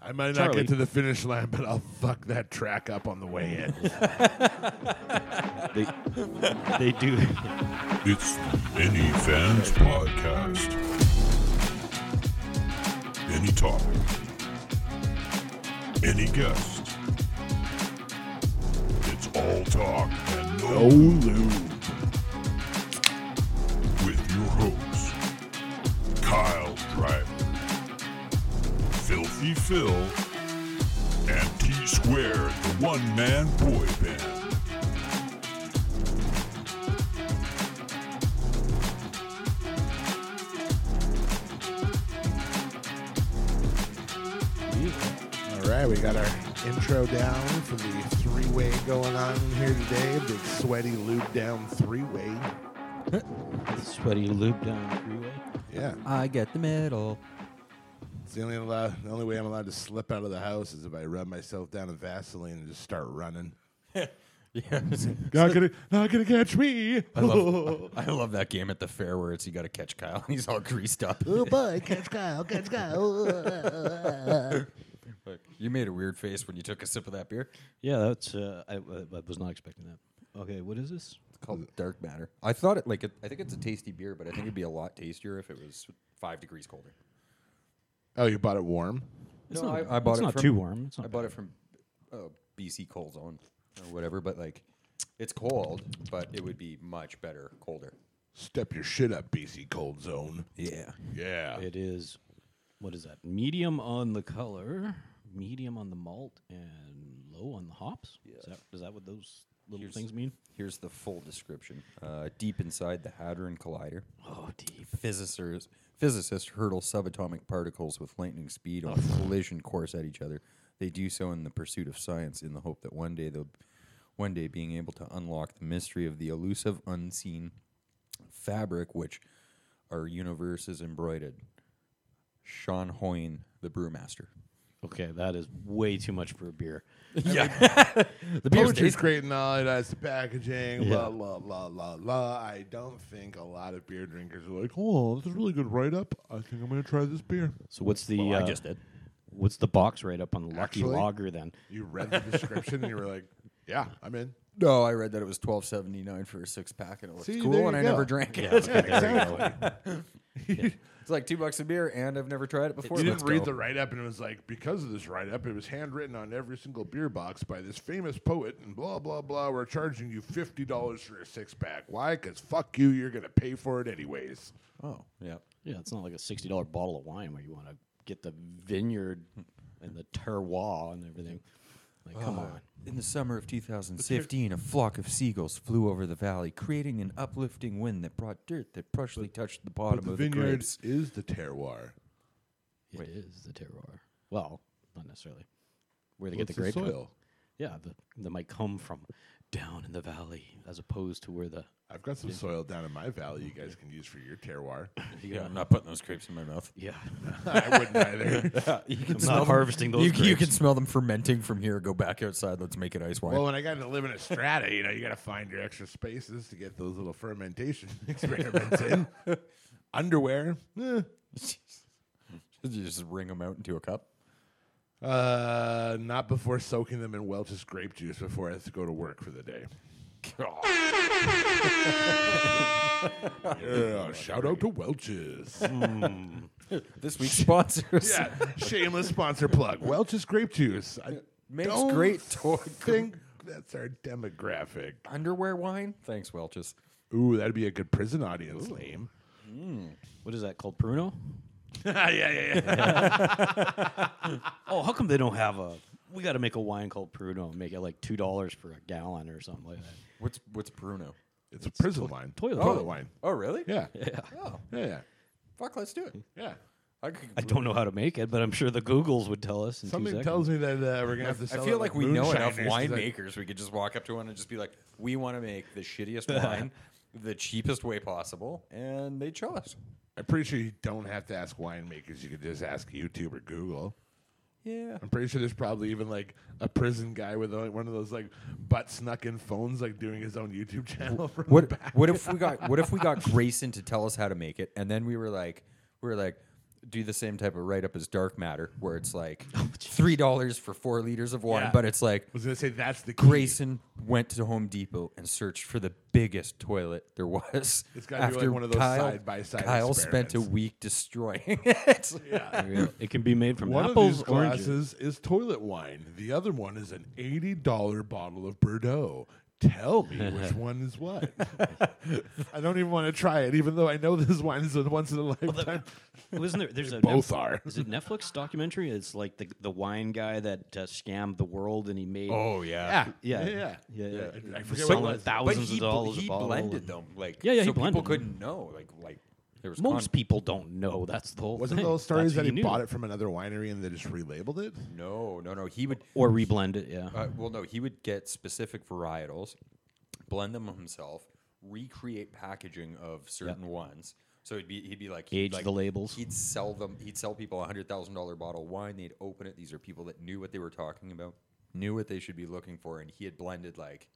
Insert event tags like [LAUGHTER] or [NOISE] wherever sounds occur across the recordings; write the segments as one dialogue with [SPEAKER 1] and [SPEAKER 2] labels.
[SPEAKER 1] I might not
[SPEAKER 2] Charlie.
[SPEAKER 1] get to the finish line, but I'll fuck that track up on the way in.
[SPEAKER 2] They, they do. [LAUGHS]
[SPEAKER 3] It's the Any Fans Podcast. Any topic. Any guest. It's all talk and no lube. With your hosts, Kyle Driver, Filthy Phil, and T Squared, the one man boy band.
[SPEAKER 1] All right, we got our intro down for the three-way going on here today. Big sweaty lube down three-way.
[SPEAKER 2] Sweaty loop down the freeway.
[SPEAKER 1] Yeah,
[SPEAKER 4] I get the middle.
[SPEAKER 1] it's the only allow, the only way I'm allowed to slip out of the house is if I rub myself down in Vaseline and just start running.
[SPEAKER 4] Yeah.
[SPEAKER 1] [LAUGHS] Not gonna, not gonna catch me.
[SPEAKER 4] I [LAUGHS] love, I love that game at the fair where it's you got to catch Kyle [LAUGHS] and he's all greased up.
[SPEAKER 1] Oh boy, catch Kyle, catch Kyle.
[SPEAKER 4] Like, you made a weird face when you took a sip of that beer.
[SPEAKER 2] Yeah, that's. Uh, I, I was not expecting that. Okay, what is this?
[SPEAKER 4] It's called dark matter. I thought it like it, I think it's a tasty beer, but I think it'd be a lot tastier if it was five degrees colder.
[SPEAKER 1] oh, you bought it warm?
[SPEAKER 2] It's
[SPEAKER 4] no,
[SPEAKER 2] not-
[SPEAKER 4] I, I bought
[SPEAKER 2] it's
[SPEAKER 4] it.
[SPEAKER 2] not
[SPEAKER 4] from,
[SPEAKER 2] too warm. It's not
[SPEAKER 4] I bought it from uh, BC Cold Zone or whatever, but like it's cold, but it would be much better colder.
[SPEAKER 1] Step your shit up, BC Cold Zone.
[SPEAKER 4] Yeah.
[SPEAKER 1] Yeah.
[SPEAKER 2] It is. What is that? Medium on the color, medium on the malt, and low on the hops. Is that, is that what those little
[SPEAKER 4] Here's-
[SPEAKER 2] things mean?
[SPEAKER 4] Here's the full description. Uh, deep inside the Hadron Collider,
[SPEAKER 2] Oh, deep.
[SPEAKER 4] physicists physicists hurtle subatomic particles with lightning speed on a collision course at each other. They do so in the pursuit of science, in the hope that one day they'll, one day being able to unlock the mystery of the elusive, unseen fabric which our universe is embroidered. Sean Hoyne, the brewmaster.
[SPEAKER 2] Okay, that is way too much for a beer.
[SPEAKER 4] Yeah, the
[SPEAKER 1] Poetry's great and all. It has the packaging,
[SPEAKER 2] Yeah.
[SPEAKER 1] la, la, la, la, la. I don't think a lot of beer drinkers are like, oh, this is really good write up. I think I'm going to try this beer.
[SPEAKER 2] So what's the?
[SPEAKER 4] Well, I
[SPEAKER 2] uh,
[SPEAKER 4] just did.
[SPEAKER 2] What's the box right up on the Lucky
[SPEAKER 1] Actually-
[SPEAKER 2] Lager then?
[SPEAKER 1] You read the description and you were like, yeah, I'm in.
[SPEAKER 4] No, Oh, I read that it was twelve seventy nine for a six pack, and it looked
[SPEAKER 1] See, there
[SPEAKER 4] cool, and
[SPEAKER 1] you
[SPEAKER 4] I
[SPEAKER 1] go.
[SPEAKER 4] never drank [LAUGHS] it.
[SPEAKER 1] exactly.
[SPEAKER 4] It's like two bucks a beer, and I've never tried it before.
[SPEAKER 1] You
[SPEAKER 4] Let's
[SPEAKER 1] didn't read
[SPEAKER 4] go.
[SPEAKER 1] the write up and it was like, because of this write up, it was handwritten on every single beer box by this famous poet and blah, blah, blah. We're charging you $50 for a six pack. Why? Because fuck you. You're going to pay for it anyways.
[SPEAKER 4] Oh, yeah.
[SPEAKER 2] Yeah, it's not like a sixty dollar bottle of wine where you want to get the vineyard and the terroir and everything. Like, come on.
[SPEAKER 4] In the summer of 2015, a flock of seagulls flew over the valley, creating an uplifting wind that brought dirt that partially touched the bottom
[SPEAKER 1] But the
[SPEAKER 4] of the
[SPEAKER 1] vineyard
[SPEAKER 4] grapes.
[SPEAKER 1] is the terroir.
[SPEAKER 2] It is the terroir. Well, not necessarily. Where they
[SPEAKER 1] Well,
[SPEAKER 2] get
[SPEAKER 1] it's
[SPEAKER 2] the grape from.
[SPEAKER 1] soil.
[SPEAKER 2] Yeah, the, that might come from down in the valley, as opposed to where the
[SPEAKER 1] I've got some soil down in my valley you guys can use for your terroir. [LAUGHS]
[SPEAKER 4] Yeah, I'm not putting those grapes in my mouth.
[SPEAKER 2] yeah.
[SPEAKER 1] I wouldn't either.
[SPEAKER 4] [LAUGHS] you can
[SPEAKER 2] I'm not harvesting those.
[SPEAKER 4] You, you can
[SPEAKER 2] grapes.
[SPEAKER 4] smell them fermenting from here. Go back outside. Let's make it ice wine.
[SPEAKER 1] well, when I got to live in a strata, you know, you got to find your extra spaces to get those little fermentation [LAUGHS] experiments
[SPEAKER 4] [LAUGHS]
[SPEAKER 1] in. Underwear. eh.
[SPEAKER 4] you just wring them out into a cup.
[SPEAKER 1] Uh, not before soaking them in Welch's grape juice before I have to go to work for the day. Yeah, shout out to
[SPEAKER 4] [LAUGHS]
[SPEAKER 1] Welch's.
[SPEAKER 4] This week's [LAUGHS] sponsors
[SPEAKER 1] yeah, shameless sponsor plug. Welch's grape juice. I
[SPEAKER 4] makes
[SPEAKER 1] don't
[SPEAKER 4] great to-
[SPEAKER 1] think that's our demographic.
[SPEAKER 4] underwear wine. Thanks, Welch's.
[SPEAKER 1] Ooh, that'd be a good prison audience name.
[SPEAKER 2] What is that called, Pruno?
[SPEAKER 1] [LAUGHS] yeah, yeah, yeah.
[SPEAKER 2] Oh, how come they don't have a? We got to make a wine called Pruno and make it like two dollars for a gallon or something like that.
[SPEAKER 4] What's what's Bruno?
[SPEAKER 1] It's a prison wine.
[SPEAKER 2] toilet
[SPEAKER 1] toilet
[SPEAKER 2] wine.
[SPEAKER 1] wine.
[SPEAKER 4] Oh, really?
[SPEAKER 1] [LAUGHS] Yeah.
[SPEAKER 4] Oh,
[SPEAKER 1] Yeah, yeah.
[SPEAKER 4] fuck. Let's do it.
[SPEAKER 1] Yeah.
[SPEAKER 4] I, could,
[SPEAKER 2] I don't know how to make it, but I'm sure the Googles would tell us. In two
[SPEAKER 1] Something
[SPEAKER 2] seconds.
[SPEAKER 1] tells me that uh, we're going to have to
[SPEAKER 4] I
[SPEAKER 1] sell
[SPEAKER 4] feel
[SPEAKER 1] it
[SPEAKER 4] like we know enough
[SPEAKER 1] moonshiners 'cause I-
[SPEAKER 4] winemakers. We could just walk up to one and just be like, "We want to make the [LAUGHS] shittiest wine, the cheapest way possible," and they show us.
[SPEAKER 1] I'm pretty sure you don't have to ask winemakers. You could just ask YouTube or Google.
[SPEAKER 4] Yeah,
[SPEAKER 1] I'm pretty sure there's probably even like a prison guy with uh, one of those like butt snuck in phones, like doing his own YouTube [LAUGHS] channel. From
[SPEAKER 4] What
[SPEAKER 1] the back.
[SPEAKER 4] what if we got what if we got Grayson to tell us how to make it, and then we were like we were like, do the same type of write up as dark matter, where it's [LAUGHS] like three dollars for four liters of wine,
[SPEAKER 1] Yeah.
[SPEAKER 4] but it's like
[SPEAKER 1] I was gonna say that's the key.
[SPEAKER 4] Grayson went to Home Depot and searched for the biggest toilet there was.
[SPEAKER 1] It's gotta be like one of those side-by-side
[SPEAKER 4] Kyle spent a
[SPEAKER 1] experiments.
[SPEAKER 4] week destroying [LAUGHS] it.
[SPEAKER 2] Real- it can be made from
[SPEAKER 1] One
[SPEAKER 2] apples,
[SPEAKER 1] of these
[SPEAKER 2] oranges.
[SPEAKER 1] glasses is toilet wine. The other one is an eighty dollar bottle of Bordeaux. Tell
[SPEAKER 2] [LAUGHS]
[SPEAKER 1] me which one is what. I don't even want to try it, even though I know this wine is a once in a lifetime.
[SPEAKER 2] Well, isn't there? There's a
[SPEAKER 1] Both
[SPEAKER 2] Netflix,
[SPEAKER 1] are.
[SPEAKER 2] Is it Netflix documentary? It's like the the wine guy that uh, scammed the world and he made.
[SPEAKER 1] Oh, yeah.
[SPEAKER 2] yeah,
[SPEAKER 1] yeah,
[SPEAKER 2] yeah, yeah.
[SPEAKER 1] I, I forget
[SPEAKER 2] But-
[SPEAKER 1] what it
[SPEAKER 2] Selling
[SPEAKER 1] was.
[SPEAKER 2] thousands
[SPEAKER 4] Oh, he,
[SPEAKER 2] of
[SPEAKER 4] bl-
[SPEAKER 2] dollars a
[SPEAKER 4] He
[SPEAKER 2] bottle
[SPEAKER 4] blended
[SPEAKER 2] and-
[SPEAKER 4] them, like
[SPEAKER 2] Yeah, yeah, he
[SPEAKER 4] so people
[SPEAKER 2] blended them.
[SPEAKER 4] couldn't know, like like there was
[SPEAKER 2] Most
[SPEAKER 4] con-
[SPEAKER 2] people don't know. That's the whole.
[SPEAKER 1] Wasn't
[SPEAKER 2] thing.
[SPEAKER 1] those stories
[SPEAKER 2] That's
[SPEAKER 1] that
[SPEAKER 2] what
[SPEAKER 1] he
[SPEAKER 2] knew.
[SPEAKER 1] bought it from another winery and they just relabeled it?
[SPEAKER 4] No, no, no. He would
[SPEAKER 2] or reblend it? Yeah.
[SPEAKER 4] Uh, well, no, he would get specific varietals, blend them himself, recreate packaging of certain ones. So he'd be he'd be like he'd
[SPEAKER 2] Age
[SPEAKER 4] like-
[SPEAKER 2] the labels.
[SPEAKER 4] He'd sell them. He'd sell people a hundred thousand dollar bottle of wine. They'd open it. These are people that knew what they were talking about, knew what they should be looking for, and he had blended like,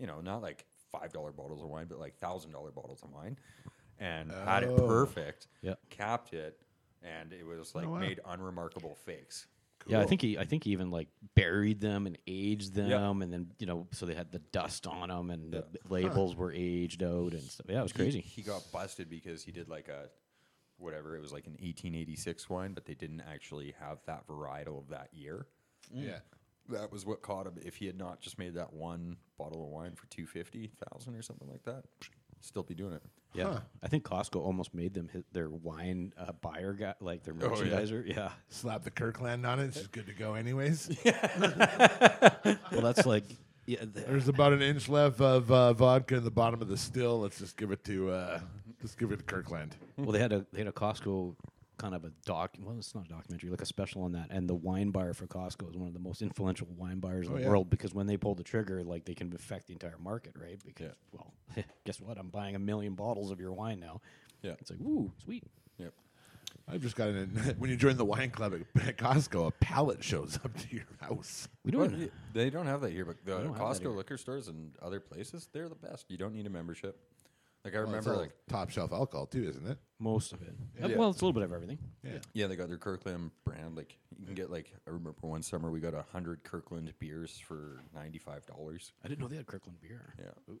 [SPEAKER 4] you know, not like five dollar bottles of wine, but like thousand dollar bottles of wine, and had it perfect.
[SPEAKER 2] Yeah.
[SPEAKER 4] capped it, and it was like
[SPEAKER 1] wow.
[SPEAKER 4] made unremarkable fakes.
[SPEAKER 2] Yeah, I
[SPEAKER 1] Cool.
[SPEAKER 2] think he. I think he even like buried them and aged them,
[SPEAKER 4] Yeah.
[SPEAKER 2] and then you know, so they had the dust on them, and the labels were aged out and stuff. Yeah, it was
[SPEAKER 4] he-
[SPEAKER 2] crazy.
[SPEAKER 4] He, got busted because he did like a whatever it was like an 1886 wine, but they didn't actually have that varietal of that year.
[SPEAKER 1] Yeah.
[SPEAKER 4] That was what caught him. If he had not just made that one bottle of wine for two fifty thousand or something like that, still be doing it.
[SPEAKER 2] Yeah, I think Costco almost made them hit their wine uh, buyer guy, like
[SPEAKER 1] Oh,
[SPEAKER 2] their merchandiser. yeah.
[SPEAKER 1] Slap the Kirkland on it. She's good to go,
[SPEAKER 2] [LAUGHS]
[SPEAKER 1] anyways.
[SPEAKER 2] well, that's like yeah, the,
[SPEAKER 1] There's about an inch left of uh, vodka in the bottom of the still. Let's just give it to uh, let's give it to Kirkland.
[SPEAKER 2] well they had a they had a Costco kind of a doc. Well, it's not a documentary, like a special on that. And the wine buyer for Costco is one of the most influential wine buyers
[SPEAKER 4] Oh,
[SPEAKER 2] in the
[SPEAKER 1] yeah.
[SPEAKER 2] world because when they pull the trigger, like they can affect the entire market, right? Because well, [LAUGHS] guess what? I'm buying a million bottles of your wine now.
[SPEAKER 4] Yeah.
[SPEAKER 2] it's like ooh, sweet.
[SPEAKER 4] Yep.
[SPEAKER 1] I've just got an [LAUGHS] when you join the wine club at, at Costco, a pallet shows up to your [LAUGHS] house.
[SPEAKER 2] We don't.
[SPEAKER 4] But they don't have that here, but the
[SPEAKER 2] don't have that here.
[SPEAKER 4] Costco liquor stores and other places, they're the best. You don't need a membership. Like I
[SPEAKER 1] Well, it's
[SPEAKER 4] remember,
[SPEAKER 1] all
[SPEAKER 4] like
[SPEAKER 1] top shelf alcohol too, isn't it?
[SPEAKER 2] Most of it. Uh,
[SPEAKER 4] Yeah.
[SPEAKER 2] Well, it's a little bit of everything.
[SPEAKER 4] Yeah, they got their Kirkland brand. Like you can get like I remember one summer we got a hundred Kirkland beers for ninety five dollars.
[SPEAKER 2] I didn't know they had Kirkland beer.
[SPEAKER 4] Yeah.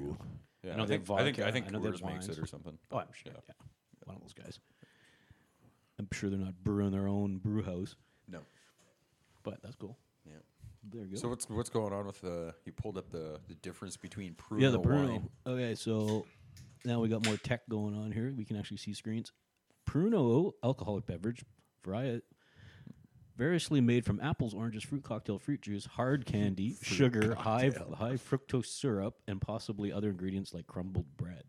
[SPEAKER 1] Ooh.
[SPEAKER 4] Yeah,
[SPEAKER 2] I know
[SPEAKER 4] I,
[SPEAKER 2] they
[SPEAKER 4] think,
[SPEAKER 2] have
[SPEAKER 4] I think
[SPEAKER 2] vodka,
[SPEAKER 4] I think
[SPEAKER 2] I know they have
[SPEAKER 4] Coors makes
[SPEAKER 2] wines.
[SPEAKER 4] it or something.
[SPEAKER 2] Oh, I'm sure.
[SPEAKER 4] Yeah.
[SPEAKER 2] Yeah. One of those guys. I'm sure they're not brewing their own brew house,
[SPEAKER 4] No.
[SPEAKER 2] but that's cool.
[SPEAKER 4] Yeah.
[SPEAKER 2] There you go.
[SPEAKER 4] So what's what's going on with the? You pulled up the the difference between Pruno
[SPEAKER 2] yeah, the Bruno.
[SPEAKER 4] wine.
[SPEAKER 2] Okay, so now we got more tech going on here. We can actually see screens. Pruno, alcoholic beverage, variet, variously made from apples, oranges, fruit cocktail, fruit juice, hard candy, sugar, high high fructose syrup, and possibly other ingredients like crumbled bread.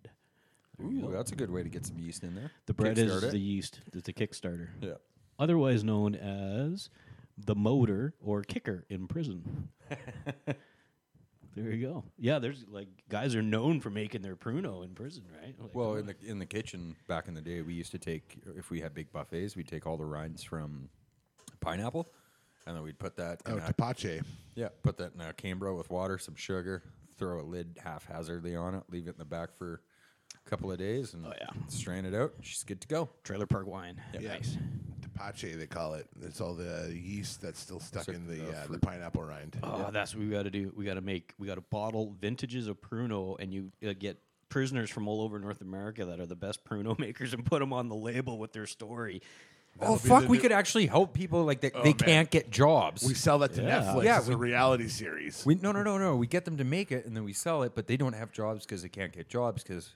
[SPEAKER 4] Ooh, that's a good way to get some yeast in there.
[SPEAKER 2] The bread is
[SPEAKER 4] Kickstart it.
[SPEAKER 2] the yeast. It's a Kickstarter.
[SPEAKER 4] yeah.
[SPEAKER 2] otherwise known as the motor or kicker in [LAUGHS] prison. there you go. Yeah, there's like guys are known for making their pruno in prison, right? Like,
[SPEAKER 4] Well,
[SPEAKER 2] come
[SPEAKER 4] in the in the kitchen back in the day, we used to take if we had big buffets, we'd take all the rinds from pineapple, and then we'd put that in
[SPEAKER 1] Oh,
[SPEAKER 4] a
[SPEAKER 1] tapache.
[SPEAKER 4] Yeah, put that in a cambro with water, some sugar, throw a lid haphazardly on it, leave it in the back for a couple of days, and
[SPEAKER 2] Oh, yeah.
[SPEAKER 4] strain it out. She's good to go.
[SPEAKER 2] on. trailer park wine.
[SPEAKER 1] Yeah.
[SPEAKER 2] Nice.
[SPEAKER 1] Tapache, they call it. It's all the yeast that's still stuck in the
[SPEAKER 4] the
[SPEAKER 1] uh, the
[SPEAKER 4] fruit.
[SPEAKER 1] pineapple rind.
[SPEAKER 2] Oh, that's what we got to do. We got to make. We got to bottle vintages of pruno, and you uh, get prisoners from all over North America that are the best pruno [LAUGHS] makers, and put them on the label with their story.
[SPEAKER 4] oh
[SPEAKER 1] That'll be
[SPEAKER 4] fuck,
[SPEAKER 1] the
[SPEAKER 4] we
[SPEAKER 1] new-
[SPEAKER 4] could actually help people like that. they
[SPEAKER 1] man.
[SPEAKER 4] can't get jobs.
[SPEAKER 1] We
[SPEAKER 4] Oh, We,
[SPEAKER 1] sell that to
[SPEAKER 2] Yeah.
[SPEAKER 1] Netflix.
[SPEAKER 4] Yeah,
[SPEAKER 1] it's a reality series.
[SPEAKER 4] no no no no. We get them to make it and then we sell it, but they don't have jobs because they can't get jobs because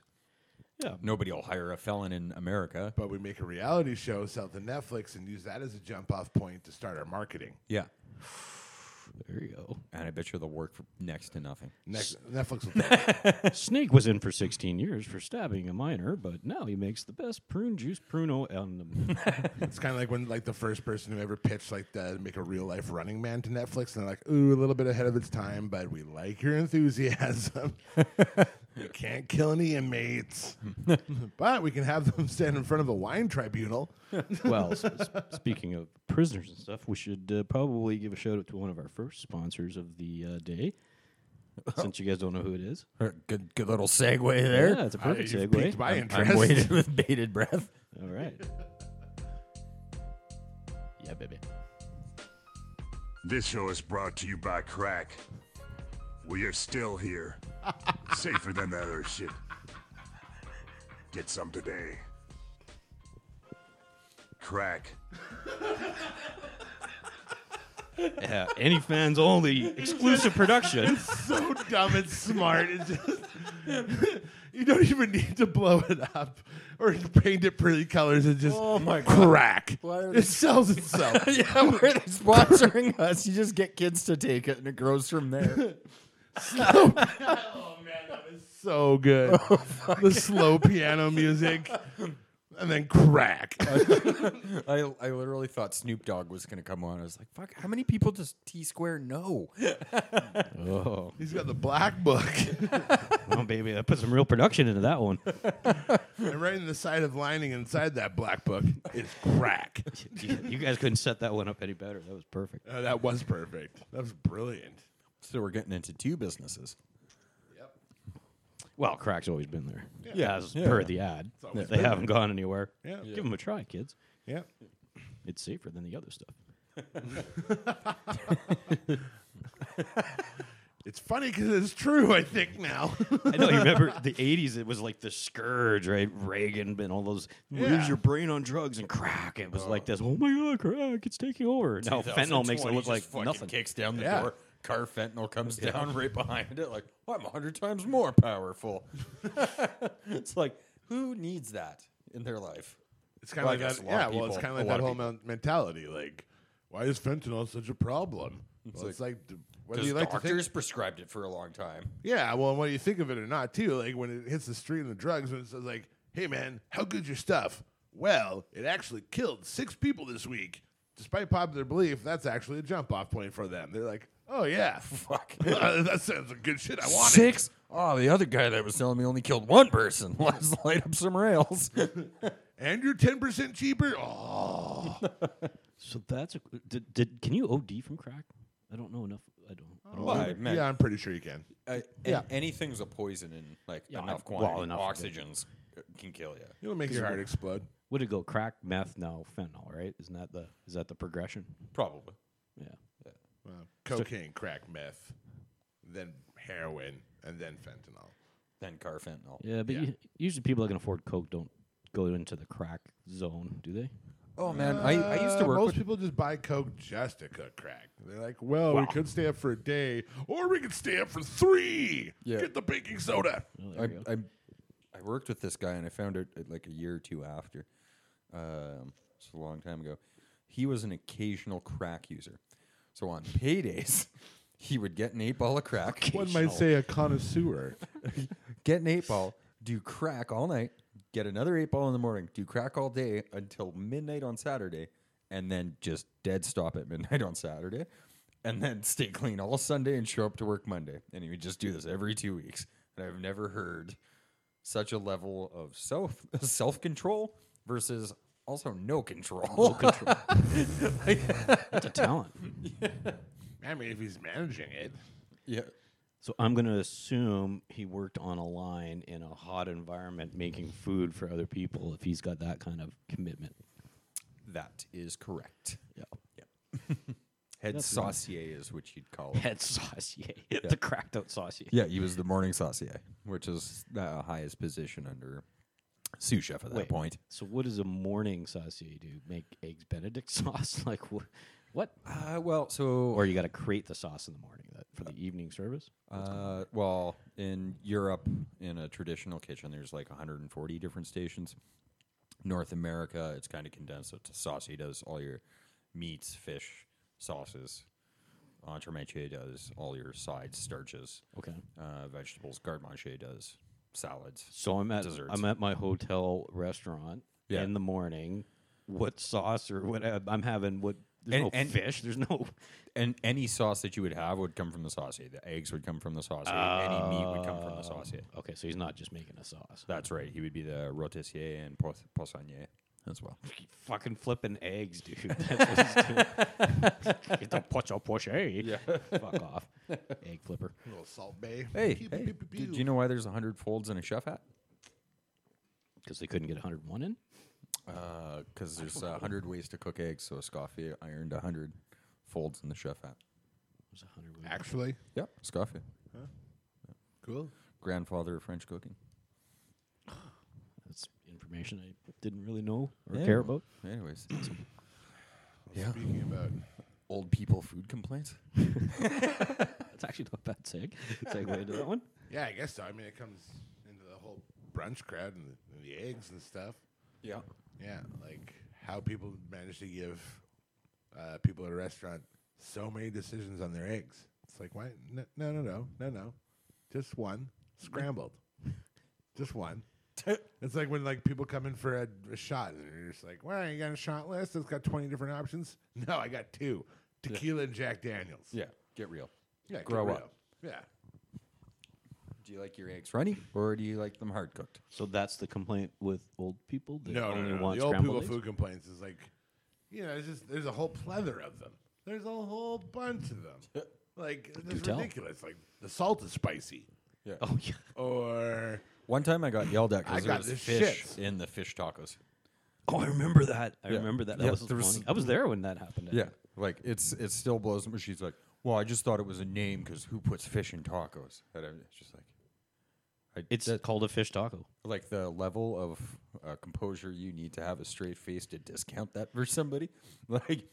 [SPEAKER 2] Yeah.
[SPEAKER 4] nobody will hire a felon in America.
[SPEAKER 1] but we make a reality show, sell it to Netflix, and use that as a jump off point to start our marketing.
[SPEAKER 4] Yeah,
[SPEAKER 2] There you go.
[SPEAKER 4] and I bet you they'll work for next to nothing.
[SPEAKER 1] Next, Netflix
[SPEAKER 4] [LAUGHS]
[SPEAKER 1] will take it.
[SPEAKER 2] [LAUGHS] Snake was in for 16 years for stabbing a minor, but now he makes the best prune juice pruno on the
[SPEAKER 1] It's kind of like when like the first person who ever pitched like the make a real life Running Man to Netflix, and they're like, "Ooh, a little bit ahead of its time, but we like your
[SPEAKER 4] [LAUGHS]
[SPEAKER 1] enthusiasm. we can't kill any inmates, but we can have them stand in front of a wine tribunal."
[SPEAKER 2] well, s- s- speaking of prisoners and stuff, we should uh, probably give a shout out to one of our first sponsors of the uh, [LAUGHS] day, since you guys don't know who it is.
[SPEAKER 4] Good good little segue there.
[SPEAKER 2] Yeah, it's a perfect
[SPEAKER 1] Uh, you've
[SPEAKER 2] segue.
[SPEAKER 1] piqued my
[SPEAKER 4] I'm
[SPEAKER 1] interest.
[SPEAKER 2] [LAUGHS]
[SPEAKER 4] waiting with bated breath.
[SPEAKER 2] All right. Yeah, baby.
[SPEAKER 5] This show is brought to you by crack. We are still
[SPEAKER 1] [LAUGHS]
[SPEAKER 5] here, safer than that other shit. Get some today. Crack.
[SPEAKER 2] Yeah, any fans only, exclusive
[SPEAKER 1] [LAUGHS]
[SPEAKER 2] production.
[SPEAKER 1] so dumb and smart. It's just, [LAUGHS] you don't even need to blow it up or paint it pretty colors. It just
[SPEAKER 4] Oh my God.
[SPEAKER 1] crack.
[SPEAKER 4] Why are they-
[SPEAKER 1] It sells
[SPEAKER 4] [LAUGHS]
[SPEAKER 1] itself.
[SPEAKER 4] [LAUGHS] yeah, where they're sponsoring us, you just get kids to take it, and it grows from there.
[SPEAKER 1] Oh, so good.
[SPEAKER 4] [LAUGHS] Oh,
[SPEAKER 1] the slow piano music, and then crack.
[SPEAKER 4] [LAUGHS] I, I literally thought Snoop Dogg was gonna come on. I was like, "Fuck! How many people does T Square know?"
[SPEAKER 2] [LAUGHS] Oh,
[SPEAKER 1] He's got the black book,
[SPEAKER 2] oh, baby, I put some real production into that one.
[SPEAKER 1] and right in the side of lining inside that black book is crack.
[SPEAKER 2] You, you guys couldn't set that one up any better. That was perfect.
[SPEAKER 1] Oh, that was perfect. That was brilliant.
[SPEAKER 4] So we're getting into two businesses.
[SPEAKER 2] Well, crack's always been there. Yeah, as
[SPEAKER 4] yeah.
[SPEAKER 2] per the ad,
[SPEAKER 1] always
[SPEAKER 2] they haven't gone anywhere.
[SPEAKER 1] Yeah.
[SPEAKER 2] give them a try, kids.
[SPEAKER 1] Yeah.
[SPEAKER 2] It's safer than the other stuff.
[SPEAKER 1] It's funny because it's true, I think, now. [LAUGHS]
[SPEAKER 2] I know. You remember the '80s? It was like the scourge, right? Reagan and all those
[SPEAKER 1] Yeah.
[SPEAKER 2] lose your brain on drugs and crack. It was like this. Oh my god, crack! It's taking over. Now Oh, fentanyl makes it look like nothing.
[SPEAKER 4] Kicks down the
[SPEAKER 1] Yeah.
[SPEAKER 4] door. Car fentanyl comes down right behind it. Like I'm a hundred times more powerful. [LAUGHS] it's like who needs that in their life?
[SPEAKER 1] It's kind
[SPEAKER 4] Well, I
[SPEAKER 1] of like
[SPEAKER 4] guess
[SPEAKER 1] that.
[SPEAKER 4] a lot of
[SPEAKER 1] Yeah, well, it's
[SPEAKER 4] people-
[SPEAKER 1] kind of
[SPEAKER 4] a
[SPEAKER 1] like
[SPEAKER 4] lot
[SPEAKER 1] that
[SPEAKER 4] of
[SPEAKER 1] whole
[SPEAKER 4] people.
[SPEAKER 1] men- mentality. Like, why is fentanyl such a problem? Well, it's like, d whether
[SPEAKER 4] Because
[SPEAKER 1] you like to
[SPEAKER 4] doctors
[SPEAKER 1] think.
[SPEAKER 4] prescribed it for a long time.
[SPEAKER 1] Yeah, well, whether you think of it or not, too. Like when it hits the street and the drugs, when it says like, "Hey, man, how good's your stuff?" Well, it actually killed six people this week. Despite popular belief, that's actually a jump-off point for them. They're like, "Oh yeah, [LAUGHS]
[SPEAKER 4] [LAUGHS] [LAUGHS] Fuck.
[SPEAKER 1] that sounds like good shit. I want it."
[SPEAKER 4] Six. Oh, the other guy that was telling me only killed one person. [LAUGHS] Let's light up some [LAUGHS] rails.
[SPEAKER 1] And you're ten percent cheaper. Oh,
[SPEAKER 2] So that's a, did, did can you OD from crack? I don't know enough. I don't. I don't
[SPEAKER 4] Well, [LAUGHS]
[SPEAKER 2] know.
[SPEAKER 4] I- man.
[SPEAKER 1] yeah, I'm pretty sure you can.
[SPEAKER 4] Uh,
[SPEAKER 1] Yeah.
[SPEAKER 4] Anything's a poison in like
[SPEAKER 2] Yeah,
[SPEAKER 4] enough
[SPEAKER 2] well,
[SPEAKER 4] quantity.
[SPEAKER 2] enough of it.
[SPEAKER 4] Oxygens can kill you.
[SPEAKER 1] It'll make your heart explode.
[SPEAKER 2] Would it go crack, meth, now fentanyl? Right? Isn't that the is that the progression?
[SPEAKER 4] Probably.
[SPEAKER 2] Yeah.
[SPEAKER 1] Well, cocaine, crack, meth, then heroin, and then fentanyl.
[SPEAKER 4] Then carfentanyl.
[SPEAKER 2] Yeah, but You, usually people that can afford coke don't go into the crack zone, do they?
[SPEAKER 4] Oh man, I, I used to
[SPEAKER 1] Uh,
[SPEAKER 4] work.
[SPEAKER 1] most
[SPEAKER 4] With,
[SPEAKER 1] people just buy coke just to cook crack. They're like, well, we could stay up for a day, or we could stay up for three.
[SPEAKER 4] Yeah.
[SPEAKER 1] Get the baking soda.
[SPEAKER 2] Oh, there
[SPEAKER 4] I,
[SPEAKER 2] we go.
[SPEAKER 4] I I worked with this guy, and I found out uh, like a year or two after. Um, it's a long time ago. He was an occasional crack user, so on paydays, [LAUGHS] he would get an eight ball of crack.
[SPEAKER 1] One might say a connoisseur.
[SPEAKER 4] get an eight ball, do crack all night, get another eight ball in the morning, do crack all day until midnight on Saturday, and then just dead stop at midnight on Saturday, and then stay clean all Sunday and show up to work Monday. And he would just do this every two weeks. And I've never heard such a level of self [LAUGHS] self control versus also no control. No [LAUGHS] control.
[SPEAKER 2] That's a talent.
[SPEAKER 1] I mean, if he's managing it,
[SPEAKER 4] yeah.
[SPEAKER 2] So I'm going to assume he worked on a line in a hot environment making food for other people if he's got that kind of commitment.
[SPEAKER 4] That is correct.
[SPEAKER 2] Yeah.
[SPEAKER 4] [LAUGHS] Head saucier is what you'd call it.
[SPEAKER 2] Head saucier. [LAUGHS] The cracked out saucier.
[SPEAKER 4] Yeah, he was the morning saucier, which is the highest position under sous chef at that
[SPEAKER 2] Wait.
[SPEAKER 4] point.
[SPEAKER 2] So what does a morning saucier do? Make eggs benedict sauce? [LAUGHS] like wh- what?
[SPEAKER 4] Uh, well, so
[SPEAKER 2] Or you got to create the sauce in the morning that, for the evening service?
[SPEAKER 4] uh, well in Europe, in a traditional kitchen, there's like 140 different stations. North America, it's kind of condensed. So it's saucier does all your meats, fish, sauces. Entremetier does all your sides, starches,
[SPEAKER 2] Okay.
[SPEAKER 4] uh, vegetables. Garde manger does salads.
[SPEAKER 2] So I'm at
[SPEAKER 4] Desserts.
[SPEAKER 2] I'm at my hotel restaurant
[SPEAKER 4] Yeah.
[SPEAKER 2] in the morning. What sauce or what I'm having? What there's
[SPEAKER 4] And-
[SPEAKER 2] no
[SPEAKER 4] and-
[SPEAKER 2] fish. There's no
[SPEAKER 4] And any sauce that you would have would come from the sauce. The eggs would come from the sauce. any meat would come from the sauce.
[SPEAKER 2] [LAUGHS] Okay, so he's not just making a sauce.
[SPEAKER 4] That's right. He would be the rôtissier and pois- poissonnier as well.
[SPEAKER 2] Fucking flipping eggs, dude. [LAUGHS] That's what he's doing. [LAUGHS] it's a pocho poche. Fuck off, egg flipper.
[SPEAKER 1] a little salt bay.
[SPEAKER 4] Hey,
[SPEAKER 1] Pew,
[SPEAKER 4] hey
[SPEAKER 1] pew, pew, pew,
[SPEAKER 4] did
[SPEAKER 1] pew.
[SPEAKER 4] you know why there's 100 folds in a chef hat?
[SPEAKER 2] Because they couldn't get 101 in.
[SPEAKER 4] Because Uh, there's a hundred ways to cook eggs, so Escoffier ironed a hundred folds in the chef hat.
[SPEAKER 2] There's a hundred ways.
[SPEAKER 1] Actually,
[SPEAKER 4] Yep, Escoffier,
[SPEAKER 1] cool.
[SPEAKER 4] grandfather of French cooking.
[SPEAKER 2] That's information I didn't really know or
[SPEAKER 4] Yeah.
[SPEAKER 2] care about.
[SPEAKER 4] [CLEARS THROAT] Anyways,
[SPEAKER 1] Yeah. Speaking about
[SPEAKER 4] old people food complaints.
[SPEAKER 2] That's actually not a bad seg. [LAUGHS] segue into that one.
[SPEAKER 1] yeah, I guess so. I mean, it comes into the whole brunch crowd and the, and the eggs and stuff.
[SPEAKER 4] Yeah.
[SPEAKER 1] Yeah, like how people manage to give uh, people at a restaurant so many decisions on their eggs. It's like, why? No, no, no, no, no, no. Just one scrambled. [LAUGHS] just
[SPEAKER 4] [LAUGHS]
[SPEAKER 1] one. it's like when like people come in for a, a shot and they're just like, "Well, you got a shot list? It's got twenty different options." [LAUGHS] No, I got two: tequila and Jack Daniels.
[SPEAKER 4] Yeah. Get real.
[SPEAKER 1] yeah, get
[SPEAKER 4] grow
[SPEAKER 1] real.
[SPEAKER 4] up.
[SPEAKER 1] Yeah,
[SPEAKER 4] Do you like your eggs runny or do you like them hard cooked?
[SPEAKER 2] So that's the complaint with old people. They
[SPEAKER 1] no, no,
[SPEAKER 2] only
[SPEAKER 1] no, no.
[SPEAKER 2] want
[SPEAKER 1] The old
[SPEAKER 2] scrambled
[SPEAKER 1] people food
[SPEAKER 2] eggs?
[SPEAKER 1] complaints is like, you know, it's just there's a whole plethora of them. There's a whole bunch of
[SPEAKER 2] [LAUGHS]
[SPEAKER 1] them. Like it's
[SPEAKER 2] tell.
[SPEAKER 1] ridiculous. Like the salt is spicy,
[SPEAKER 4] Yeah.
[SPEAKER 2] Oh yeah.
[SPEAKER 1] or
[SPEAKER 4] One time I got yelled at
[SPEAKER 1] I
[SPEAKER 4] because there
[SPEAKER 1] got
[SPEAKER 4] was
[SPEAKER 1] this
[SPEAKER 4] fish
[SPEAKER 1] shits.
[SPEAKER 4] in the fish tacos.
[SPEAKER 2] Oh, I remember that. I
[SPEAKER 4] Yeah.
[SPEAKER 2] remember that. That
[SPEAKER 4] Yeah,
[SPEAKER 2] was
[SPEAKER 4] there was-
[SPEAKER 2] funny. I was there when that happened. I
[SPEAKER 4] Yeah,
[SPEAKER 2] think.
[SPEAKER 4] like it's it still blows me. She's like, "Well, I just thought it was a name because who puts fish in tacos?" And I'm just like, I,
[SPEAKER 2] It's
[SPEAKER 4] that-
[SPEAKER 2] called a fish taco.
[SPEAKER 4] like the level of uh, composure you need to have a straight face to discount that for somebody. [LAUGHS] Like,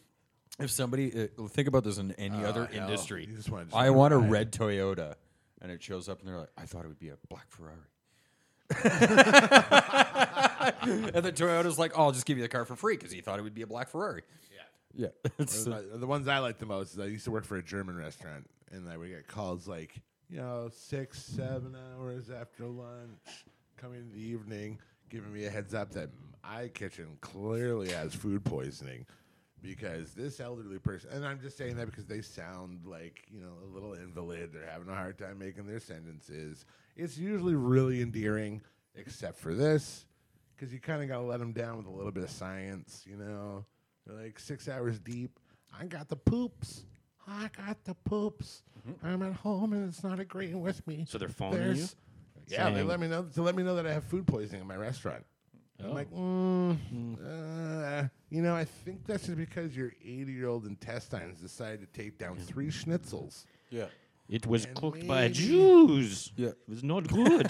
[SPEAKER 4] if somebody uh, think about this in any other
[SPEAKER 1] Ah, hell.
[SPEAKER 4] industry,
[SPEAKER 1] You just wanna just
[SPEAKER 4] I
[SPEAKER 1] wanna
[SPEAKER 4] want a
[SPEAKER 1] ride.
[SPEAKER 4] red Toyota, and it shows up, and they're like, "I thought it would be a black [LAUGHS] Ferrari." and the Toyota's like, oh, I'll just give you the car for free because he thought it would be a black Ferrari. Yeah. Yeah. [LAUGHS] It's, uh,
[SPEAKER 1] Uh, the ones I like the most is I used to work for a German restaurant, and I would get calls like, you know, six, seven hours after lunch, coming in the evening, giving me a heads up that my kitchen clearly has food poisoning because this elderly person, and I'm just saying that because they sound like, you know, a little invalid. They're having a hard time making their sentences. It's usually really endearing, except for this because you kind of got to let them down with a little bit of science, you know. They're like six hours deep. I got the poops. I got the poops. I'm at home and it's not agreeing with me.
[SPEAKER 2] Mm-hmm. So they're phoning you?
[SPEAKER 1] Yeah, they
[SPEAKER 2] Saying-
[SPEAKER 1] let me know to let me know that I have food poisoning in my restaurant.
[SPEAKER 2] Oh.
[SPEAKER 1] I'm like, mm, uh, you know, I think that's just because your 80 year old intestines decided to take
[SPEAKER 2] Mm-hmm.
[SPEAKER 1] down three
[SPEAKER 2] [LAUGHS]
[SPEAKER 1] schnitzels.
[SPEAKER 4] yeah.
[SPEAKER 2] It was
[SPEAKER 1] And
[SPEAKER 2] cooked by
[SPEAKER 1] maybe-
[SPEAKER 2] Jews.
[SPEAKER 4] Yeah.
[SPEAKER 2] It was not
[SPEAKER 1] [LAUGHS]
[SPEAKER 2] good.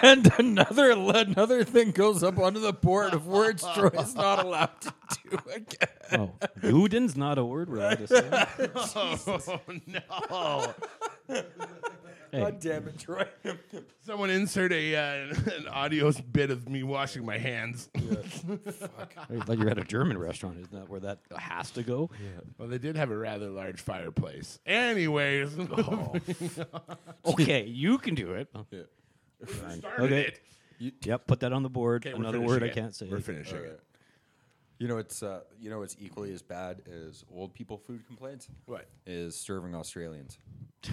[SPEAKER 4] And another another thing goes up onto the board of words Troy's not allowed to do again.
[SPEAKER 2] oh, Judin's not a word we're allowed to
[SPEAKER 1] [LAUGHS]
[SPEAKER 2] say.
[SPEAKER 1] Oh, no.
[SPEAKER 2] Hey,
[SPEAKER 4] damn it, Troy.
[SPEAKER 1] Someone insert a uh, an audio bit of me washing my hands.
[SPEAKER 2] I thought you were at a German restaurant. Isn't that where that has to go?
[SPEAKER 1] Well, they did have a rather large fireplace. Anyways, [LAUGHS]
[SPEAKER 2] Okay, you can do it. Oh,
[SPEAKER 1] started
[SPEAKER 2] Okay.
[SPEAKER 1] it.
[SPEAKER 2] Yep, put that on the board.
[SPEAKER 1] Okay, we're
[SPEAKER 2] Another
[SPEAKER 1] finishing
[SPEAKER 2] word I
[SPEAKER 1] it.
[SPEAKER 2] can't say.
[SPEAKER 1] We're finishing it.
[SPEAKER 4] You know it's uh, you know it's equally as bad as old people food complaints.
[SPEAKER 1] What?
[SPEAKER 4] is serving Australians? [LAUGHS]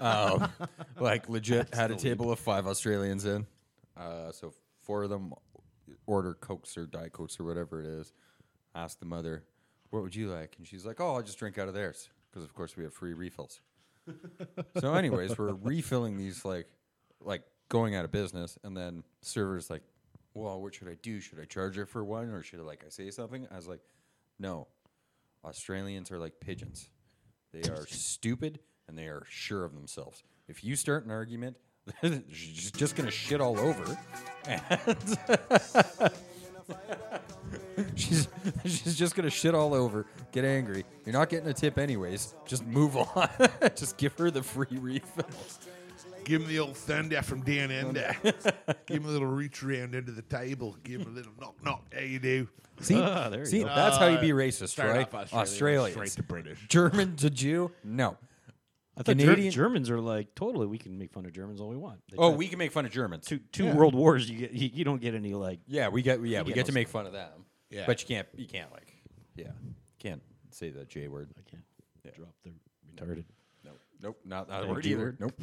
[SPEAKER 4] um, like legit had a table of five Australians in. Uh, so four of them order cokes or diet cokes or whatever it is. Ask the mother, "What would you like?" And she's like, "Oh, I'll just drink out of theirs because of course we have free refills." so, anyways, we're refilling these like like going out of business, and then servers like, "Well, what should I do? Should I charge her for one, or should I like I say something?" I was like, "No, Australians are like pigeons. They are stupid and they are sure of themselves. If you start an argument, [LAUGHS] she's just gonna shit all over. And she's [LAUGHS] she's just gonna shit all over, get angry. You're not getting a tip anyways. Just move on. [LAUGHS] just give her the free refill.
[SPEAKER 1] Give him the old thunder from down under.
[SPEAKER 2] [LAUGHS]
[SPEAKER 1] Give him a little reach around under the table. Give him a little knock knock. There you do.
[SPEAKER 4] See,
[SPEAKER 2] Ah, there you
[SPEAKER 4] see,
[SPEAKER 2] go.
[SPEAKER 4] that's how you be
[SPEAKER 1] Uh,
[SPEAKER 4] racist,
[SPEAKER 1] Start
[SPEAKER 4] right?
[SPEAKER 1] off Australia,
[SPEAKER 4] Australians,
[SPEAKER 1] straight to British.
[SPEAKER 4] [LAUGHS] German to Jew, no.
[SPEAKER 2] I thought Ger-
[SPEAKER 4] Canadian-
[SPEAKER 2] Germans are like totally. We can make fun of Germans all we want. They
[SPEAKER 4] Oh,
[SPEAKER 2] tried
[SPEAKER 4] we can make fun of Germans.
[SPEAKER 2] two two world wars. You get you, you don't get any like
[SPEAKER 4] Yeah, we get yeah, we
[SPEAKER 2] get
[SPEAKER 4] get to
[SPEAKER 2] those
[SPEAKER 4] make fun of them.
[SPEAKER 1] Yeah.
[SPEAKER 4] But you can't you can't like yeah. Can't say the J word.
[SPEAKER 2] I can't drop the retarded.
[SPEAKER 4] Nope. Nope. Not that
[SPEAKER 2] The
[SPEAKER 4] word
[SPEAKER 2] G
[SPEAKER 4] either.
[SPEAKER 2] word.
[SPEAKER 4] Nope.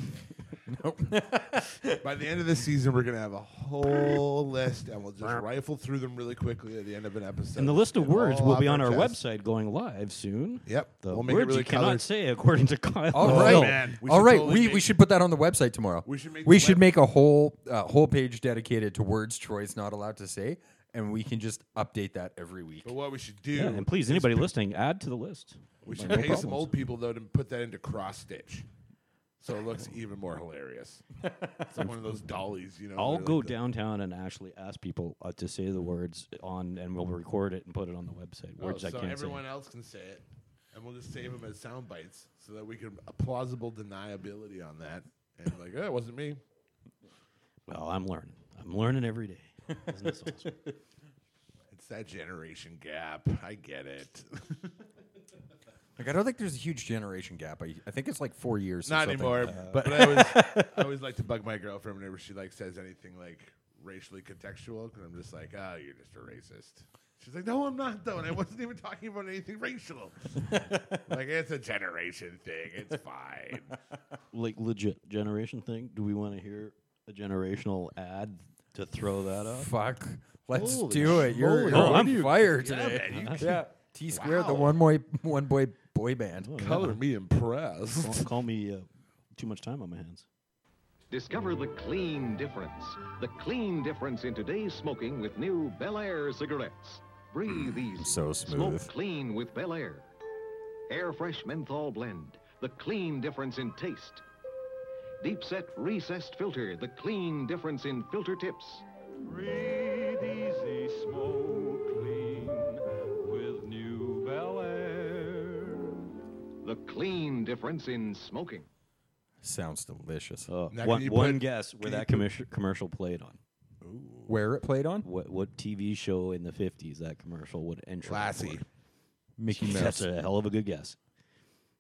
[SPEAKER 4] [LAUGHS]
[SPEAKER 1] By the end of the season, we're gonna have a whole list, and we'll just rifle through them really quickly at the end of an episode.
[SPEAKER 2] And the list of
[SPEAKER 1] Get it
[SPEAKER 2] words
[SPEAKER 1] all
[SPEAKER 2] will
[SPEAKER 1] off
[SPEAKER 2] be on our
[SPEAKER 1] chest.
[SPEAKER 2] website going live soon.
[SPEAKER 1] Yep.
[SPEAKER 2] The
[SPEAKER 1] We'll make it
[SPEAKER 2] words
[SPEAKER 1] really
[SPEAKER 2] you cannot
[SPEAKER 1] colored.
[SPEAKER 2] say according to Kyle.
[SPEAKER 4] All
[SPEAKER 1] Oh,
[SPEAKER 4] right,
[SPEAKER 1] man. We
[SPEAKER 4] all
[SPEAKER 1] should
[SPEAKER 4] right.
[SPEAKER 1] totally
[SPEAKER 4] we,
[SPEAKER 1] make-
[SPEAKER 4] we should put that on the website tomorrow.
[SPEAKER 1] We should make
[SPEAKER 4] we
[SPEAKER 1] the
[SPEAKER 4] should
[SPEAKER 1] web-
[SPEAKER 4] make a whole uh, whole page dedicated to words Troy's not allowed to say, and we can just update that every week.
[SPEAKER 1] But what we should do,
[SPEAKER 2] Yeah, and please, anybody listening, add to the list.
[SPEAKER 1] we should
[SPEAKER 2] No
[SPEAKER 1] pay some
[SPEAKER 2] problems.
[SPEAKER 1] old people though to put that into cross stitch, so it looks even more
[SPEAKER 2] [LAUGHS]
[SPEAKER 1] hilarious. It's like one of those dollies, you know.
[SPEAKER 2] I'll
[SPEAKER 1] they're
[SPEAKER 2] go
[SPEAKER 1] like the-
[SPEAKER 2] downtown and actually ask people uh, to say the words on, and we'll record it and put it on the website.
[SPEAKER 1] Oh,
[SPEAKER 2] Words
[SPEAKER 1] so
[SPEAKER 2] I can't
[SPEAKER 1] everyone else can say it, and we'll just save them as sound bites so that we can a plausible deniability on that. And like, oh, it wasn't me.
[SPEAKER 2] say. Well, I'm learning. I'm learning every
[SPEAKER 1] [LAUGHS]
[SPEAKER 2] day. Isn't this awesome?
[SPEAKER 1] It's that generation gap. I get it.
[SPEAKER 4] Like I don't think there's a huge generation gap. I, I think it's like four years. or
[SPEAKER 1] Not
[SPEAKER 4] something. Uh,
[SPEAKER 1] anymore. but I,
[SPEAKER 4] [LAUGHS]
[SPEAKER 1] always, I always like to bug my girlfriend whenever she like says anything like racially contextual because I'm just like, oh, you're just a racist. She's like, no, I'm not though, and I wasn't even talking about anything
[SPEAKER 4] [LAUGHS]
[SPEAKER 1] racial. like it's a generation thing. It's fine.
[SPEAKER 2] like legit generation thing. Do we want to hear a generational ad to throw that up?
[SPEAKER 4] Fuck. Let's
[SPEAKER 1] Holy
[SPEAKER 4] do it. You're,
[SPEAKER 1] schmoly.
[SPEAKER 4] you're
[SPEAKER 2] Oh,
[SPEAKER 4] on
[SPEAKER 2] I'm-
[SPEAKER 4] fire
[SPEAKER 1] yeah,
[SPEAKER 4] today.
[SPEAKER 1] man, you can
[SPEAKER 4] T squared, the
[SPEAKER 1] Wow.
[SPEAKER 4] one boy one boy boy band.
[SPEAKER 1] color me impressed.
[SPEAKER 2] Call, call me uh, too much time on my hands.
[SPEAKER 6] Discover the clean difference. The clean difference in today's smoking with new Bel Air cigarettes. Breathe easy.
[SPEAKER 4] Mm, so smooth.
[SPEAKER 6] Smoke clean with Bel Air. Air Fresh Menthol Blend. The clean difference in taste. Deep set recessed filter. The clean difference in filter tips.
[SPEAKER 7] Breathe easy, smoke clean with new Bel Air.
[SPEAKER 6] The clean difference in smoking.
[SPEAKER 4] Sounds delicious.
[SPEAKER 2] Uh,
[SPEAKER 1] Now, can
[SPEAKER 2] one
[SPEAKER 1] you
[SPEAKER 2] one
[SPEAKER 1] put-
[SPEAKER 2] guess
[SPEAKER 1] can
[SPEAKER 2] where
[SPEAKER 1] you
[SPEAKER 2] that
[SPEAKER 1] put-
[SPEAKER 2] commercial, commercial played on.
[SPEAKER 4] Where it played on?
[SPEAKER 2] What what TV show in the fifties that commercial would intro?
[SPEAKER 1] Lassie.
[SPEAKER 2] for? [LAUGHS]
[SPEAKER 4] Mickey
[SPEAKER 2] That's
[SPEAKER 4] Mouse.
[SPEAKER 2] a hell of a good guess.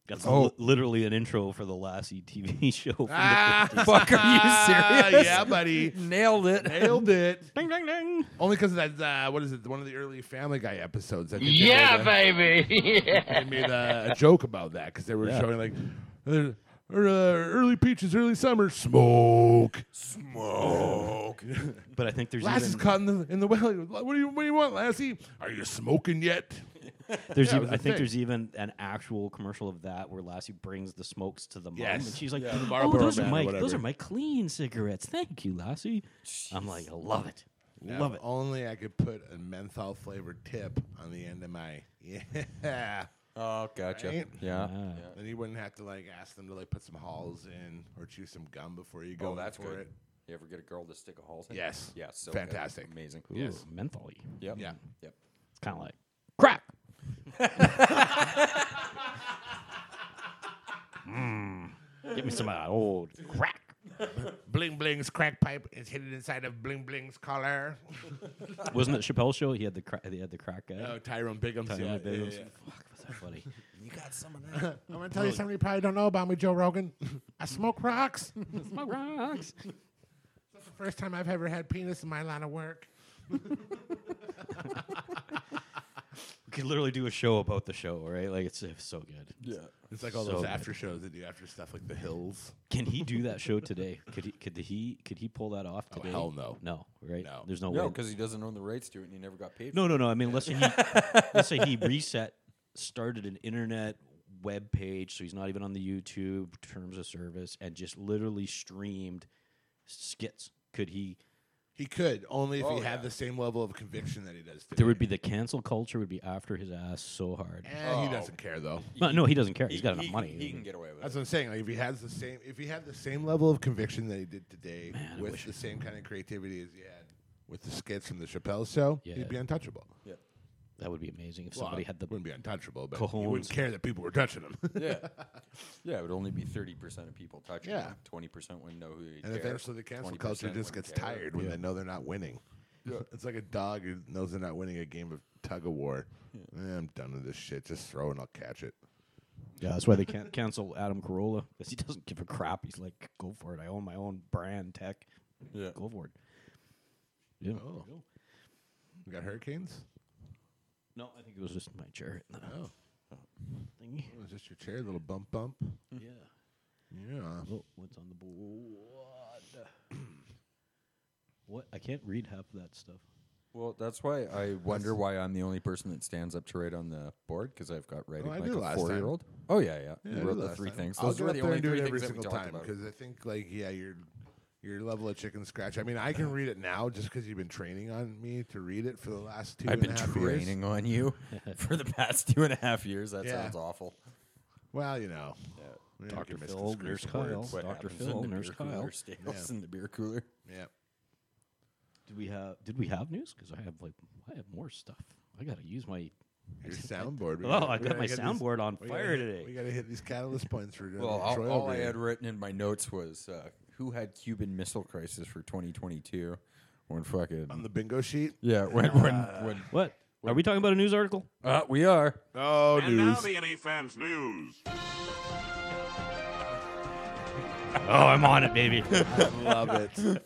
[SPEAKER 2] That's
[SPEAKER 4] Oh.
[SPEAKER 2] li- literally an intro for the Lassie TV [LAUGHS] show. from the
[SPEAKER 1] Ah,
[SPEAKER 2] 50s.
[SPEAKER 4] Fuck, are you
[SPEAKER 1] [LAUGHS]
[SPEAKER 4] serious?
[SPEAKER 1] yeah, buddy.
[SPEAKER 4] Nailed it. [LAUGHS]
[SPEAKER 1] Nailed it.
[SPEAKER 2] ding ding ding.
[SPEAKER 1] Only because that's uh, what is it? One of the early Family Guy episodes. I think yeah, baby. yeah. They made a, a joke about that because they were
[SPEAKER 2] Yeah.
[SPEAKER 1] showing like uh, uh, early peaches, early summer, smoke,
[SPEAKER 2] [LAUGHS]
[SPEAKER 1] smoke.
[SPEAKER 2] But I think there's
[SPEAKER 1] Lassie's
[SPEAKER 2] even,
[SPEAKER 1] caught in the in the well. What do you what do you want, Lassie? Are you smoking yet?
[SPEAKER 2] there's
[SPEAKER 1] it
[SPEAKER 2] even,
[SPEAKER 1] was
[SPEAKER 2] I
[SPEAKER 1] a
[SPEAKER 2] think
[SPEAKER 1] thing.
[SPEAKER 2] there's even an actual commercial of that where Lassie brings the smokes to the mom
[SPEAKER 1] Yes.
[SPEAKER 2] and she's like,
[SPEAKER 1] Yeah, the
[SPEAKER 2] "Oh,
[SPEAKER 1] Marlboro
[SPEAKER 2] those are
[SPEAKER 1] Man or
[SPEAKER 2] my those
[SPEAKER 1] whatever."
[SPEAKER 2] are my clean cigarettes. Thank you, Lassie." I'm like, "I love it, love
[SPEAKER 1] If
[SPEAKER 2] it."
[SPEAKER 1] Only I could put a menthol flavored tip on the end of my [LAUGHS] yeah.
[SPEAKER 4] Oh, gotcha.
[SPEAKER 1] Right?
[SPEAKER 4] Yeah.
[SPEAKER 2] Ah.
[SPEAKER 1] Then you wouldn't have to like ask them to like put some halls in or chew some gum before you go
[SPEAKER 4] Oh, that's
[SPEAKER 1] for
[SPEAKER 4] good.
[SPEAKER 1] it.
[SPEAKER 4] You ever get a girl to stick a halls in?
[SPEAKER 1] Yes.
[SPEAKER 4] Yeah. So good.
[SPEAKER 1] Fantastic.
[SPEAKER 4] Amazing.
[SPEAKER 2] Ooh, mentholy.
[SPEAKER 4] Yep.
[SPEAKER 1] Yeah.
[SPEAKER 4] Yep.
[SPEAKER 2] It's kind of like
[SPEAKER 1] [LAUGHS]
[SPEAKER 2] crack. mm, get me some of that old crack.
[SPEAKER 1] Bling Bling's crack pipe is hidden inside of Bling Bling's collar.
[SPEAKER 2] Wasn't it Chappelle's show? He had the crack. They had the crack guy.
[SPEAKER 1] Oh, Tyrone Bigum's.
[SPEAKER 2] Tyrone
[SPEAKER 1] yeah,
[SPEAKER 2] Biggums.
[SPEAKER 1] yeah, yeah.
[SPEAKER 2] Fuck, was that
[SPEAKER 1] [LAUGHS]
[SPEAKER 2] funny?
[SPEAKER 4] You got some of that.
[SPEAKER 1] I'm gonna tell you something you probably don't know about me, Joe Rogan. I smoke rocks. [LAUGHS] That's
[SPEAKER 2] My rocks.
[SPEAKER 1] the first time I've ever had penis in my line of work.
[SPEAKER 2] We could literally do a show about the show, right? Like it's, it's so good. Yeah.
[SPEAKER 1] It's like all
[SPEAKER 2] So
[SPEAKER 1] those
[SPEAKER 2] good.
[SPEAKER 1] after shows that do after stuff like The Hills.
[SPEAKER 2] Can he do that
[SPEAKER 1] [LAUGHS]
[SPEAKER 2] show today? Could he? Could he? Could he pull that off today?
[SPEAKER 1] Oh, hell no.
[SPEAKER 2] No, right?
[SPEAKER 1] No.
[SPEAKER 2] There's no,
[SPEAKER 4] no,
[SPEAKER 2] way.
[SPEAKER 4] because he doesn't own the rights to it and he never got paid.
[SPEAKER 2] No, no, no. I mean, let's say
[SPEAKER 1] [LAUGHS]
[SPEAKER 2] he, let's say he reset, started an internet web page, so he's not even on the YouTube terms of service, and just literally streamed skits. Could he?
[SPEAKER 1] He could only if
[SPEAKER 4] Oh,
[SPEAKER 1] he had
[SPEAKER 4] yeah.
[SPEAKER 1] the same level of conviction that he does. Today.
[SPEAKER 2] There would be the cancel culture would be after his ass so hard.
[SPEAKER 1] Eh, He
[SPEAKER 4] Oh.
[SPEAKER 1] doesn't care though.
[SPEAKER 2] No, no, he doesn't care.
[SPEAKER 4] He-
[SPEAKER 2] He's got enough
[SPEAKER 4] he-
[SPEAKER 2] money.
[SPEAKER 4] He can get away with
[SPEAKER 1] That's
[SPEAKER 4] it.
[SPEAKER 1] what I'm saying. Like if he has the same, if he had the same level of conviction that he did today,
[SPEAKER 2] Man, I
[SPEAKER 1] with
[SPEAKER 2] wish-
[SPEAKER 1] the same kind of creativity as he had with the skits from the Chappelle show,
[SPEAKER 2] Yeah.
[SPEAKER 1] he'd be untouchable.
[SPEAKER 2] That would be amazing if
[SPEAKER 1] Well,
[SPEAKER 2] somebody had the
[SPEAKER 1] wouldn't be untouchable, but he
[SPEAKER 2] cojones.
[SPEAKER 1] wouldn't care that people were touching him. [LAUGHS]
[SPEAKER 4] Yeah. yeah, it would only be 30% of people touching
[SPEAKER 1] Yeah.
[SPEAKER 4] it. 20% wouldn't know who they
[SPEAKER 1] and eventually, the cancel culture just gets tired when they know they're not winning. [LAUGHS] It's like a dog who knows they're not winning a game of tug of war. Eh, I'm done with this shit. Just throw and I'll catch it.
[SPEAKER 2] Yeah, that's why they can't [LAUGHS] cancel Adam Carolla because he doesn't give a crap. He's like, go for it. I own my own brand tech.
[SPEAKER 4] Yeah.
[SPEAKER 2] Go for it. Yeah.
[SPEAKER 1] Oh, we got hurricanes.
[SPEAKER 2] No, I think it was just my chair. hitting the
[SPEAKER 1] Oh,
[SPEAKER 2] thingy.
[SPEAKER 1] it was just your chair, little bump bump.
[SPEAKER 2] Yeah.
[SPEAKER 1] Yeah.
[SPEAKER 2] Oh, what's on the board? what? I can't read half of that stuff.
[SPEAKER 4] Well, that's why I wonder why I'm the only person that stands up to write on the board because I've got writing
[SPEAKER 1] Oh, I
[SPEAKER 4] like
[SPEAKER 1] did
[SPEAKER 4] a
[SPEAKER 1] last time.
[SPEAKER 4] four year old. Oh yeah, yeah.
[SPEAKER 1] Yeah, I
[SPEAKER 4] you
[SPEAKER 1] did
[SPEAKER 4] wrote the
[SPEAKER 1] last
[SPEAKER 4] three
[SPEAKER 1] time.
[SPEAKER 4] things.
[SPEAKER 1] I'll
[SPEAKER 4] Those
[SPEAKER 1] get
[SPEAKER 4] were
[SPEAKER 1] up
[SPEAKER 4] the
[SPEAKER 1] there
[SPEAKER 4] only
[SPEAKER 1] and do
[SPEAKER 4] three
[SPEAKER 1] it every
[SPEAKER 4] things that we
[SPEAKER 1] single
[SPEAKER 4] talked
[SPEAKER 1] time
[SPEAKER 4] about.
[SPEAKER 1] because I think like yeah, your your level of chicken scratch. I mean, I can read it now just because you've been training on me to read it for the last two
[SPEAKER 4] I've
[SPEAKER 1] and
[SPEAKER 4] been
[SPEAKER 1] a half
[SPEAKER 4] training
[SPEAKER 1] years. [LAUGHS]
[SPEAKER 4] on you for the past two and a half years. That
[SPEAKER 1] Yeah.
[SPEAKER 4] sounds awful.
[SPEAKER 1] Well, you know, yeah,
[SPEAKER 2] Dr.
[SPEAKER 1] you can miss
[SPEAKER 2] Phil,
[SPEAKER 1] the
[SPEAKER 2] Nurse
[SPEAKER 1] screws.
[SPEAKER 2] Kyle.
[SPEAKER 4] What
[SPEAKER 2] Dr.
[SPEAKER 4] happens
[SPEAKER 2] Phil,
[SPEAKER 4] in the
[SPEAKER 2] Nurse
[SPEAKER 4] beer
[SPEAKER 2] Kyle.
[SPEAKER 4] cooler stays
[SPEAKER 1] Yeah.
[SPEAKER 4] in the beer cooler.
[SPEAKER 1] Yeah.
[SPEAKER 4] [LAUGHS]
[SPEAKER 2] Did we have? Did we have news? Because I have like I have more stuff. I gotta use my.
[SPEAKER 1] Your soundboard. we
[SPEAKER 2] Oh,
[SPEAKER 1] gotta-
[SPEAKER 2] I
[SPEAKER 1] we
[SPEAKER 2] got
[SPEAKER 1] gotta
[SPEAKER 2] my
[SPEAKER 1] get these-
[SPEAKER 2] soundboard on
[SPEAKER 1] we gotta
[SPEAKER 2] fire
[SPEAKER 1] hit-
[SPEAKER 2] today.
[SPEAKER 1] We got Oh, to hit these catalyst points
[SPEAKER 4] [LAUGHS]
[SPEAKER 1] for doing
[SPEAKER 4] Well,
[SPEAKER 1] the
[SPEAKER 4] all,
[SPEAKER 1] trail
[SPEAKER 4] all I
[SPEAKER 1] reading.
[SPEAKER 4] had written in my notes was uh, who had Cuban Missile Crisis for 2022 when fucking
[SPEAKER 1] on the Uh, bingo sheet.
[SPEAKER 4] yeah
[SPEAKER 1] [LAUGHS]
[SPEAKER 4] when when when
[SPEAKER 2] What? Are we talking about a news article?
[SPEAKER 4] uh, we are
[SPEAKER 1] Oh,
[SPEAKER 8] And now
[SPEAKER 1] news.
[SPEAKER 8] the NA fans news.
[SPEAKER 2] Oh, I'm on it, baby.
[SPEAKER 1] Love it.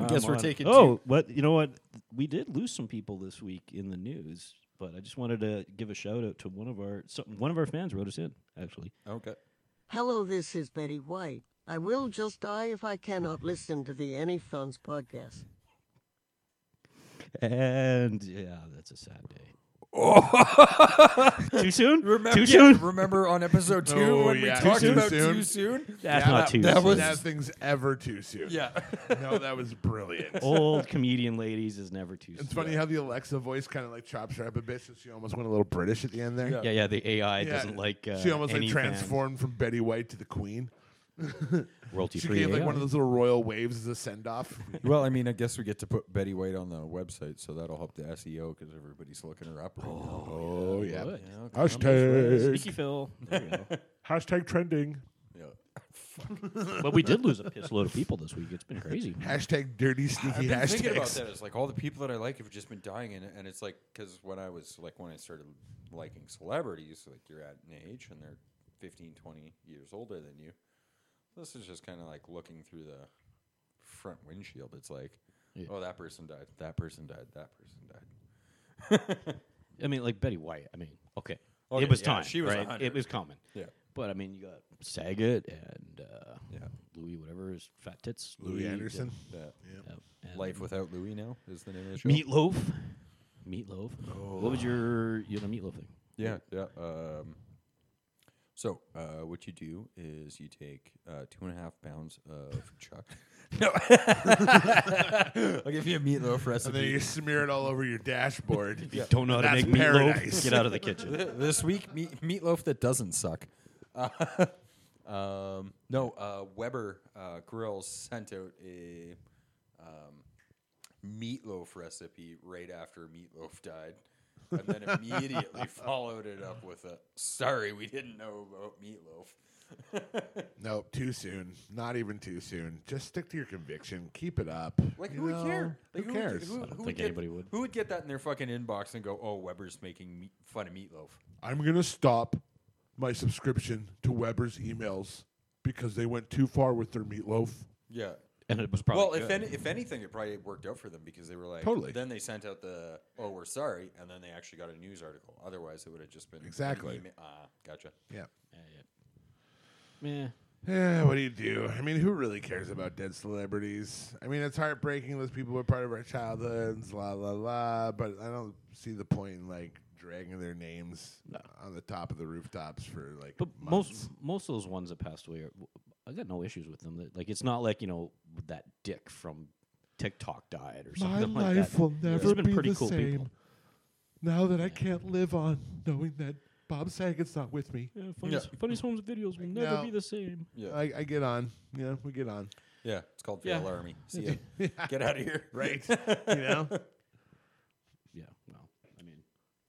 [SPEAKER 4] I guess we're taking
[SPEAKER 2] Oh, what? You know what? We did lose some people this week in the news, but I just wanted to give a shout out to one of our some, one of our fans wrote us in actually.
[SPEAKER 4] two. okay
[SPEAKER 9] Hello, this is Betty White. I will just die if I cannot listen to the Any Funds podcast.
[SPEAKER 2] And yeah, that's a sad
[SPEAKER 4] [LAUGHS]
[SPEAKER 2] day. too soon?
[SPEAKER 4] remember
[SPEAKER 2] too
[SPEAKER 4] yeah,
[SPEAKER 2] soon?
[SPEAKER 4] remember
[SPEAKER 1] [LAUGHS]
[SPEAKER 4] on episode two
[SPEAKER 1] Oh,
[SPEAKER 4] when
[SPEAKER 1] yeah.
[SPEAKER 4] we
[SPEAKER 1] Too
[SPEAKER 4] talked
[SPEAKER 1] soon?
[SPEAKER 4] about
[SPEAKER 1] Too
[SPEAKER 4] too soon
[SPEAKER 2] That's
[SPEAKER 1] Yeah,
[SPEAKER 2] not too
[SPEAKER 4] that
[SPEAKER 2] soon.
[SPEAKER 4] was-
[SPEAKER 1] Nothing's ever too soon.
[SPEAKER 4] yeah
[SPEAKER 1] No, that was [LAUGHS] brilliant.
[SPEAKER 2] Old comedian ladies is never too soon.
[SPEAKER 1] It's funny how the Alexa voice kind of like chops her up a bit, so she almost went a little British at the end there.
[SPEAKER 2] Yeah, yeah. The AI
[SPEAKER 1] Yeah.
[SPEAKER 2] doesn't like. Uh,
[SPEAKER 1] she almost
[SPEAKER 2] any
[SPEAKER 1] like
[SPEAKER 2] fan.
[SPEAKER 1] transformed from Betty White to the Queen.
[SPEAKER 2] Royalty
[SPEAKER 1] She
[SPEAKER 2] free.
[SPEAKER 1] gave like
[SPEAKER 2] AI.
[SPEAKER 1] one of those little royal waves as a send off.
[SPEAKER 4] well I mean I guess we get to put Betty White on the website so that'll help the SEO because everybody's looking her up right now
[SPEAKER 1] oh yeah.
[SPEAKER 2] Good.
[SPEAKER 1] Hashtag
[SPEAKER 2] Sneaky
[SPEAKER 1] [LAUGHS]
[SPEAKER 2] Phil. There we go.
[SPEAKER 1] hashtag trending.
[SPEAKER 4] yeah.
[SPEAKER 2] but we did lose a piss load of people this week. It's been crazy.
[SPEAKER 1] Hashtag dirty sneaky
[SPEAKER 4] I've been thinking about
[SPEAKER 1] hashtags.
[SPEAKER 4] that. It's like all the people that I like have just been dying, and, and it's like because when I was like when I started liking celebrities, like you're at an age and they're 15, 20 years older than you. This is just kind of like looking through the front windshield. It's like, oh, that person died, that person died, that person died.
[SPEAKER 2] I mean, like Betty White. I mean, okay,
[SPEAKER 4] Oh,
[SPEAKER 2] it
[SPEAKER 4] yeah,
[SPEAKER 2] was
[SPEAKER 4] yeah,
[SPEAKER 2] time.
[SPEAKER 4] she was
[SPEAKER 2] right?
[SPEAKER 4] 100.
[SPEAKER 2] It was common.
[SPEAKER 4] Yeah.
[SPEAKER 2] But I mean, you got Saget and uh,
[SPEAKER 4] Yeah.
[SPEAKER 2] Louis whatever is fat tits.
[SPEAKER 1] Louis Anderson.
[SPEAKER 4] That
[SPEAKER 2] yeah, and
[SPEAKER 4] Life without Louis now is the name of the show.
[SPEAKER 2] Meatloaf. Meatloaf.
[SPEAKER 4] Oh.
[SPEAKER 2] What was your you know meatloaf thing?
[SPEAKER 4] Yeah, yeah. Um, so uh, what you do is you take uh, two and a half pounds of chuck. No, [LAUGHS] I'll give you a meatloaf
[SPEAKER 1] [LAUGHS] And then you
[SPEAKER 4] recipe.
[SPEAKER 1] smear it all over your
[SPEAKER 4] [LAUGHS]
[SPEAKER 1] dashboard.
[SPEAKER 2] If you don't know how to
[SPEAKER 1] That's
[SPEAKER 2] make meatloaf,
[SPEAKER 1] paradise.
[SPEAKER 2] [LAUGHS] get out of the kitchen.
[SPEAKER 4] this week, meat, meatloaf that doesn't suck. [LAUGHS] um, no, uh, Weber uh, Grills sent out a um, meatloaf recipe right after Meatloaf died. and
[SPEAKER 2] [LAUGHS]
[SPEAKER 4] then immediately followed it up with a sorry, we didn't know about meatloaf.
[SPEAKER 1] Nope, too soon. Not even too soon. Just stick to your conviction. Keep it up.
[SPEAKER 4] [LAUGHS] Like
[SPEAKER 1] You
[SPEAKER 4] who
[SPEAKER 1] know,
[SPEAKER 4] would care? Like,
[SPEAKER 1] who
[SPEAKER 4] would-
[SPEAKER 1] cares?
[SPEAKER 4] Who,
[SPEAKER 2] I don't
[SPEAKER 4] who
[SPEAKER 2] think
[SPEAKER 4] get-
[SPEAKER 2] anybody would.
[SPEAKER 4] Who would get that in their fucking inbox and go, "Oh, Weber's making meat, fun of meatloaf."
[SPEAKER 1] I'm going to stop my subscription to Weber's emails because they went too far with their meatloaf.
[SPEAKER 4] Yeah.
[SPEAKER 2] And it was probably
[SPEAKER 4] Well, if
[SPEAKER 2] good.
[SPEAKER 4] any, if anything, it probably worked out for them because they were like,
[SPEAKER 1] Totally.
[SPEAKER 4] Then they sent out the, "Oh, we're sorry," and then they actually got a news article. Otherwise, it would have just been an
[SPEAKER 1] Exactly.
[SPEAKER 4] email- Ah, gotcha.
[SPEAKER 1] Yeah.
[SPEAKER 2] Yeah, yeah. Meh.
[SPEAKER 1] Yeah, what do you do? I mean, who really cares about dead celebrities? I mean, it's heartbreaking. Those people were part of our childhoods, la la la. But I don't see the point in like dragging their names on the top of the rooftops for like
[SPEAKER 2] But
[SPEAKER 1] months.
[SPEAKER 2] most most of those ones that passed away, are, I got no issues with them. Like it's not like you know that dick from TikTok died or something
[SPEAKER 10] My
[SPEAKER 2] like
[SPEAKER 10] life
[SPEAKER 2] that.
[SPEAKER 10] will
[SPEAKER 2] Those
[SPEAKER 10] never
[SPEAKER 2] have been
[SPEAKER 10] be
[SPEAKER 2] pretty
[SPEAKER 10] the
[SPEAKER 2] cool
[SPEAKER 10] same.
[SPEAKER 2] people.
[SPEAKER 10] Now that I can't live on knowing that Bob Saget's not with me.
[SPEAKER 2] Yeah, funny, funny Homes videos will
[SPEAKER 1] never
[SPEAKER 2] never
[SPEAKER 1] No. be
[SPEAKER 2] be
[SPEAKER 1] the
[SPEAKER 2] the same.
[SPEAKER 4] Yeah,
[SPEAKER 1] I, I get on. Yeah, we get on.
[SPEAKER 4] yeah. It's called
[SPEAKER 2] Yeah.
[SPEAKER 4] Veil
[SPEAKER 1] [LAUGHS]
[SPEAKER 4] Army. See ya. Get out of here. [LAUGHS]
[SPEAKER 1] Right. you know?
[SPEAKER 2] Yeah, well, I mean,